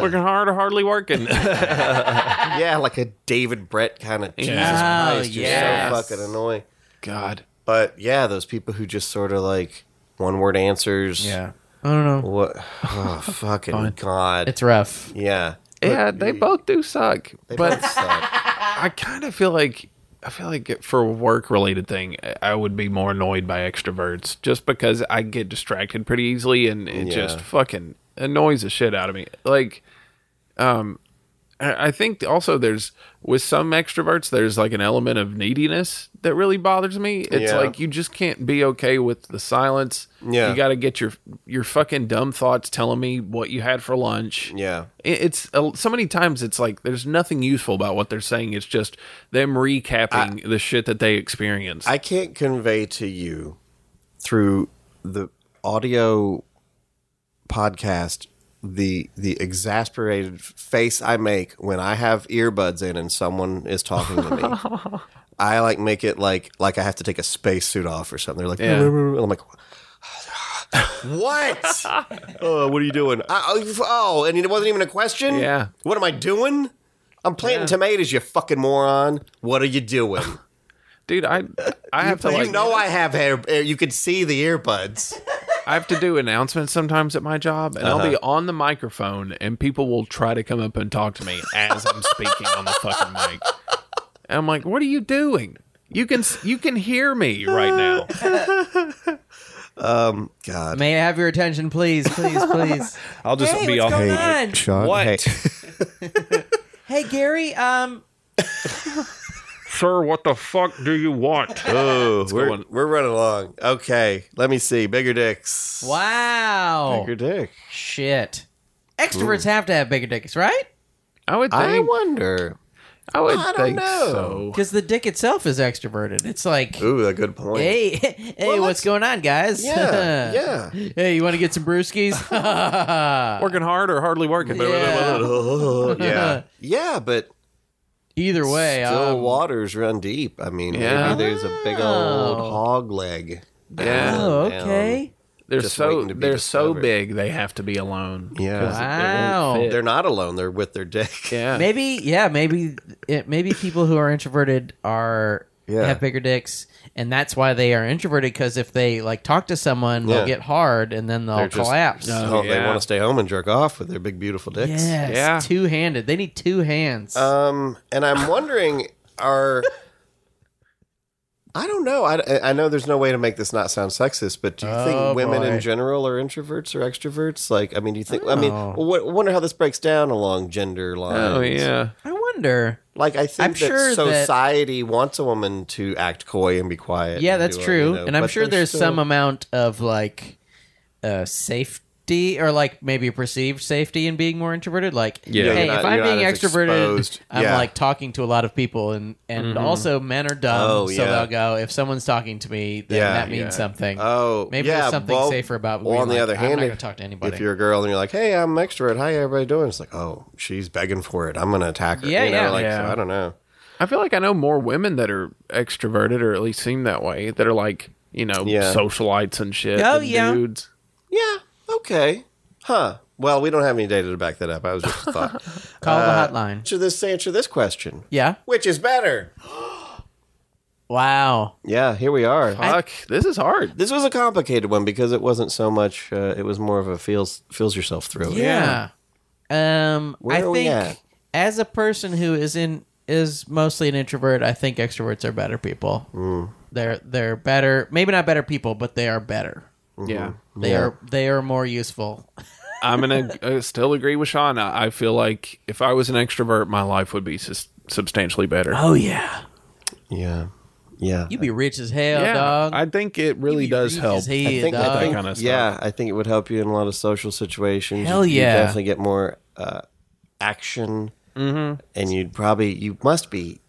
Speaker 3: Working hard or hardly working.
Speaker 4: Uh, Yeah, like a David Brett kind of Jesus
Speaker 5: Oh,
Speaker 4: Christ, you're
Speaker 5: yes.
Speaker 4: so fucking annoying.
Speaker 3: God.
Speaker 4: But yeah, those people who just sort of like one word answers.
Speaker 3: Yeah.
Speaker 5: I don't know.
Speaker 4: What? Oh, fucking god.
Speaker 5: It's rough.
Speaker 4: yeah.
Speaker 3: Yeah, they both do suck. but
Speaker 4: Both suck.
Speaker 3: I kind of feel like I feel like it- for a work related thing, I- I would be more annoyed by extroverts just because I get distracted pretty easily and it
Speaker 4: Yeah.
Speaker 3: just fucking annoys the shit out of me. Like, um, I I think also there's with some extroverts there's like an element of neediness that really bothers me. It's
Speaker 4: Yeah.
Speaker 3: like you just can't be okay with the silence.
Speaker 4: Yeah.
Speaker 3: you got to get your your fucking dumb thoughts telling me what you had for lunch.
Speaker 4: yeah.
Speaker 3: It- it's uh, so many times it's like there's nothing useful about what they're saying it's just them recapping the shit that they experienced
Speaker 4: I can't convey to you through the audio podcast the the exasperated face I make when I have earbuds in and someone is talking to me. I like make it like like I have to take a spacesuit off or something. They're like,
Speaker 3: Yeah.
Speaker 4: and I'm like, what? oh, what are you doing? I, I- oh, and it wasn't even a question.
Speaker 3: Yeah.
Speaker 4: What am I doing? I'm planting tomatoes, you fucking moron. What are you doing?
Speaker 3: dude i i have to
Speaker 4: you
Speaker 3: like
Speaker 4: know I have hair. eh, You could see the earbuds.
Speaker 3: i have to do announcements sometimes at my job and i'll be
Speaker 4: Uh-huh.
Speaker 3: on the microphone and people will try to come up and talk to me as i'm speaking on the fucking mic and i'm like what are you doing you can s- you can hear me right now
Speaker 4: God,
Speaker 5: May I have your attention, please, please, please?
Speaker 3: i'll just
Speaker 5: hey, what's going on?
Speaker 4: Sean.
Speaker 3: What?
Speaker 4: Hey,
Speaker 5: Hey Gary, um,
Speaker 10: Sir, what the fuck do you want?
Speaker 4: Oh, we're,
Speaker 3: going-
Speaker 4: we're running along. Okay, let me see. Bigger dicks.
Speaker 5: wow,
Speaker 4: Bigger dick.
Speaker 5: shit. Extroverts have to have bigger dicks, right?
Speaker 3: I would
Speaker 4: I
Speaker 3: think.
Speaker 4: wonder.
Speaker 3: I would
Speaker 4: I don't
Speaker 3: think
Speaker 4: know.
Speaker 3: so.
Speaker 5: Because the dick itself is extroverted. It's like,
Speaker 4: Ooh, a good point.
Speaker 5: hey, hey, what's
Speaker 4: that's-
Speaker 5: going on, guys?
Speaker 4: Yeah, yeah.
Speaker 5: Hey, you want to get some brewskis?
Speaker 3: Working hard or hardly working.
Speaker 5: Yeah.
Speaker 4: yeah, yeah, but
Speaker 5: Either way,
Speaker 4: still
Speaker 5: um,
Speaker 4: waters run deep. I mean,
Speaker 3: Yeah.
Speaker 4: maybe there's a big old hog leg.
Speaker 3: Yeah.
Speaker 5: oh,
Speaker 4: down.
Speaker 5: okay.
Speaker 3: They're
Speaker 4: Just
Speaker 3: so
Speaker 4: waiting to be
Speaker 3: they're so
Speaker 4: discovered.
Speaker 3: big they have to be alone.
Speaker 4: Yeah,
Speaker 5: Wow.
Speaker 4: they're not alone. They're with their dick.
Speaker 3: Yeah.
Speaker 5: Maybe, yeah, maybe, it, maybe people who are introverted are
Speaker 4: Yeah.
Speaker 5: have bigger dicks, and that's why they are introverted. Because if they like talk to someone,
Speaker 4: Yeah.
Speaker 5: they'll get hard, and then they'll
Speaker 4: They're just-
Speaker 5: collapse.
Speaker 4: Oh, they
Speaker 3: yeah.
Speaker 4: want to stay home and jerk off with their big beautiful dicks.
Speaker 5: yes,
Speaker 3: Yeah.
Speaker 5: two handed. They need two hands.
Speaker 4: Um, and I'm wondering, are I don't know. I, I know there's no way to make this not sound sexist, but do you
Speaker 5: Oh,
Speaker 4: think women
Speaker 5: boy.
Speaker 4: in general are introverts or extroverts? Like, I mean, do you think? I, mean,
Speaker 5: Oh.
Speaker 4: w- wonder how this breaks down along gender lines.
Speaker 3: Oh yeah.
Speaker 5: I wonder.
Speaker 4: Like, I think
Speaker 5: I'm
Speaker 4: that
Speaker 5: sure that-
Speaker 4: society wants a woman to act coy and be quiet.
Speaker 5: Yeah,
Speaker 4: and
Speaker 5: that's
Speaker 4: do all,
Speaker 5: true.
Speaker 4: you know,
Speaker 5: and I'm
Speaker 4: but
Speaker 5: sure
Speaker 4: they're
Speaker 5: there's
Speaker 4: still-
Speaker 5: some amount of like uh, safety or like maybe perceived safety in being more introverted. Like,
Speaker 4: Yeah,
Speaker 5: hey,
Speaker 4: you're not-
Speaker 5: if I'm
Speaker 4: you're not
Speaker 5: being
Speaker 4: as
Speaker 5: extroverted,
Speaker 4: exposed.
Speaker 5: I'm
Speaker 4: Yeah.
Speaker 5: like talking to a lot of people, and and
Speaker 4: Mm-hmm.
Speaker 5: also men are dumb,
Speaker 4: Oh,
Speaker 5: so
Speaker 4: yeah.
Speaker 5: they'll go. If someone's talking to me, then
Speaker 4: Yeah,
Speaker 5: that means
Speaker 3: yeah.
Speaker 5: something.
Speaker 4: Oh,
Speaker 5: maybe
Speaker 4: yeah,
Speaker 5: there's something
Speaker 4: well-
Speaker 5: safer about.
Speaker 4: Well,
Speaker 5: being
Speaker 4: on the
Speaker 5: like,
Speaker 4: other hand,
Speaker 5: I'm not
Speaker 4: if-
Speaker 5: gonna talk to anybody.
Speaker 4: If you're a girl and you're like, "Hey, I'm an extrovert. Hi, everybody doing?" It's like, "Oh, she's begging for it. I'm gonna attack her."
Speaker 5: Yeah,
Speaker 4: you know,
Speaker 5: yeah.
Speaker 4: Like, so
Speaker 3: Yeah.
Speaker 4: I don't know.
Speaker 3: I feel like I know more women that are extroverted or at least seem that way that are like, you know,
Speaker 4: Yeah.
Speaker 3: socialites and shit.
Speaker 5: Oh,
Speaker 3: and
Speaker 5: yeah.
Speaker 3: Dudes.
Speaker 4: Yeah. Okay. Huh. Well, we don't have any data to back that up. I was just a thought.
Speaker 5: Call
Speaker 4: uh,
Speaker 5: the hotline.
Speaker 4: answer this. Answer this question.
Speaker 5: Yeah.
Speaker 4: Which is better?
Speaker 5: Wow.
Speaker 4: Yeah. Here we are.
Speaker 3: Fuck. this is hard.
Speaker 4: this was a complicated one because it wasn't so much. Uh, it was more of a feels feels yourself through.
Speaker 5: Yeah. Um,
Speaker 4: Where
Speaker 5: I
Speaker 4: are we
Speaker 5: think
Speaker 4: at?
Speaker 5: as a person who is in is mostly an introvert, I think extroverts are better people. They're they're better, maybe not better people, but they are better.
Speaker 4: Mm-hmm.
Speaker 3: Yeah.
Speaker 5: They are they are more useful.
Speaker 3: I'm going to still agree with Sean. I, I feel like if I was an extrovert, my life would be sus- substantially better.
Speaker 5: Oh yeah,
Speaker 4: Yeah. Yeah.
Speaker 5: you'd be rich as hell,
Speaker 3: yeah.
Speaker 5: dog.
Speaker 3: I think it really
Speaker 5: You'd be
Speaker 3: does
Speaker 5: rich
Speaker 3: help.
Speaker 5: as hell, dog.
Speaker 4: I think
Speaker 3: kinda stuff.
Speaker 4: yeah, I think it would help you in a lot of social situations.
Speaker 5: Hell
Speaker 4: You'd- you'd
Speaker 5: yeah.
Speaker 4: definitely get more uh, action,
Speaker 5: Mm-hmm.
Speaker 4: and you'd probably you must be.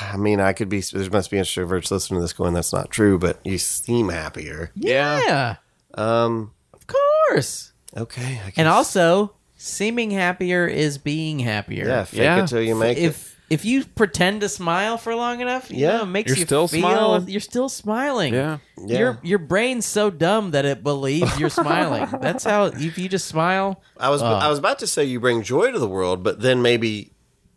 Speaker 4: I mean, I could be. There must be introverts listening to this going, "That's not true," but you seem happier.
Speaker 5: yeah.
Speaker 4: Um.
Speaker 5: of course.
Speaker 4: Okay. I
Speaker 5: And
Speaker 4: guess.
Speaker 5: also, seeming happier is being happier.
Speaker 4: yeah, fake
Speaker 3: Yeah.
Speaker 4: it till you make it.
Speaker 5: if if you pretend to smile for long enough, you
Speaker 4: Yeah.
Speaker 5: know, it makes
Speaker 3: You're
Speaker 5: you
Speaker 3: still
Speaker 5: feel
Speaker 3: smiling.
Speaker 5: you're still smiling.
Speaker 3: Yeah.
Speaker 4: Yeah.
Speaker 5: Your your brain's so dumb that it believes you're smiling. That's how if you just smile.
Speaker 4: I was
Speaker 3: Uh.
Speaker 4: I was about to say you bring joy to the world, but then maybe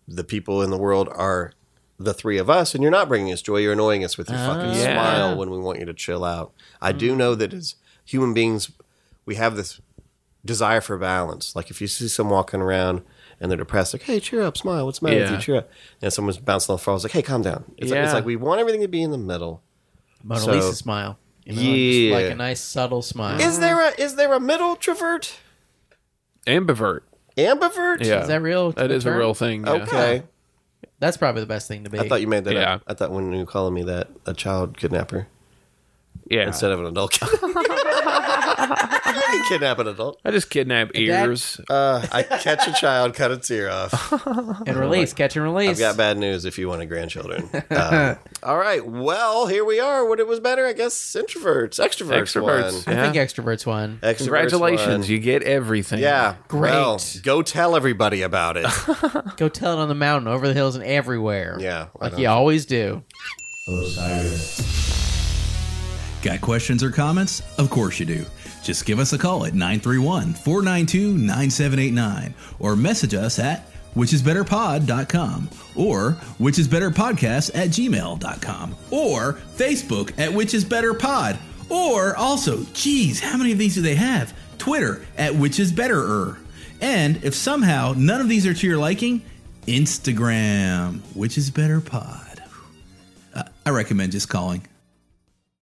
Speaker 4: the people in the world are the three of us, and you're not bringing us joy. You're annoying us with your fucking
Speaker 3: Ah. Yeah. Mm.
Speaker 4: smile when we want you to chill out. I do know that as human beings, we have this desire for balance. Like if you see someone walking around and they're depressed, like, hey, cheer up, smile. What's the matter with
Speaker 3: Yeah.
Speaker 4: you? Cheer up. And someone's bouncing off the floor. I was like, hey, calm down. It's, like,
Speaker 3: Yeah.
Speaker 4: it's like we want everything to be in the middle.
Speaker 5: Mona
Speaker 4: So-
Speaker 5: Lisa smile. You know, just
Speaker 4: Yeah.
Speaker 5: like a nice subtle smile.
Speaker 3: Ah.
Speaker 4: Is there a is there a middle travert?
Speaker 3: Ambivert.
Speaker 4: Ambivert?
Speaker 3: Yeah.
Speaker 5: Is that real?
Speaker 3: That is a
Speaker 5: term?
Speaker 3: real thing. yeah.
Speaker 4: Okay.
Speaker 5: That's probably the best thing to be.
Speaker 4: I thought you made that
Speaker 3: Yeah.
Speaker 4: up. I thought when you were calling me that, a child kidnapper
Speaker 3: Yeah.
Speaker 4: instead of an adult kidnapper. I can kidnap an adult.
Speaker 3: I just kidnap ears.
Speaker 4: Uh, I catch a child, cut its ear off.
Speaker 5: and release, catch and release.
Speaker 4: I've got bad news if you wanted grandchildren. Um, all right. Well, here we are. What it was better, I guess, introverts, extroverts.
Speaker 3: Extroverts.
Speaker 4: won.
Speaker 5: I think
Speaker 3: Yeah.
Speaker 5: extroverts won.
Speaker 4: Extroverts
Speaker 3: Congratulations.
Speaker 4: won.
Speaker 3: You get everything.
Speaker 4: Yeah.
Speaker 5: Great.
Speaker 4: Well, go tell everybody about it.
Speaker 5: Go tell it on the mountain, over the hills, and everywhere.
Speaker 4: Yeah, why
Speaker 5: like
Speaker 4: not?
Speaker 5: you always do.
Speaker 2: Got questions or comments? Of course you do. Just give us a call at 931 492 9789 or message us at whichisbetterpod.com or whichisbetterpodcast at gmail.com or Facebook at whichisbetterpod or also, geez, how many of these do they have? Twitter at whichisbetterer. And if somehow none of these are to your liking, Instagram, which is better pod. I recommend just calling.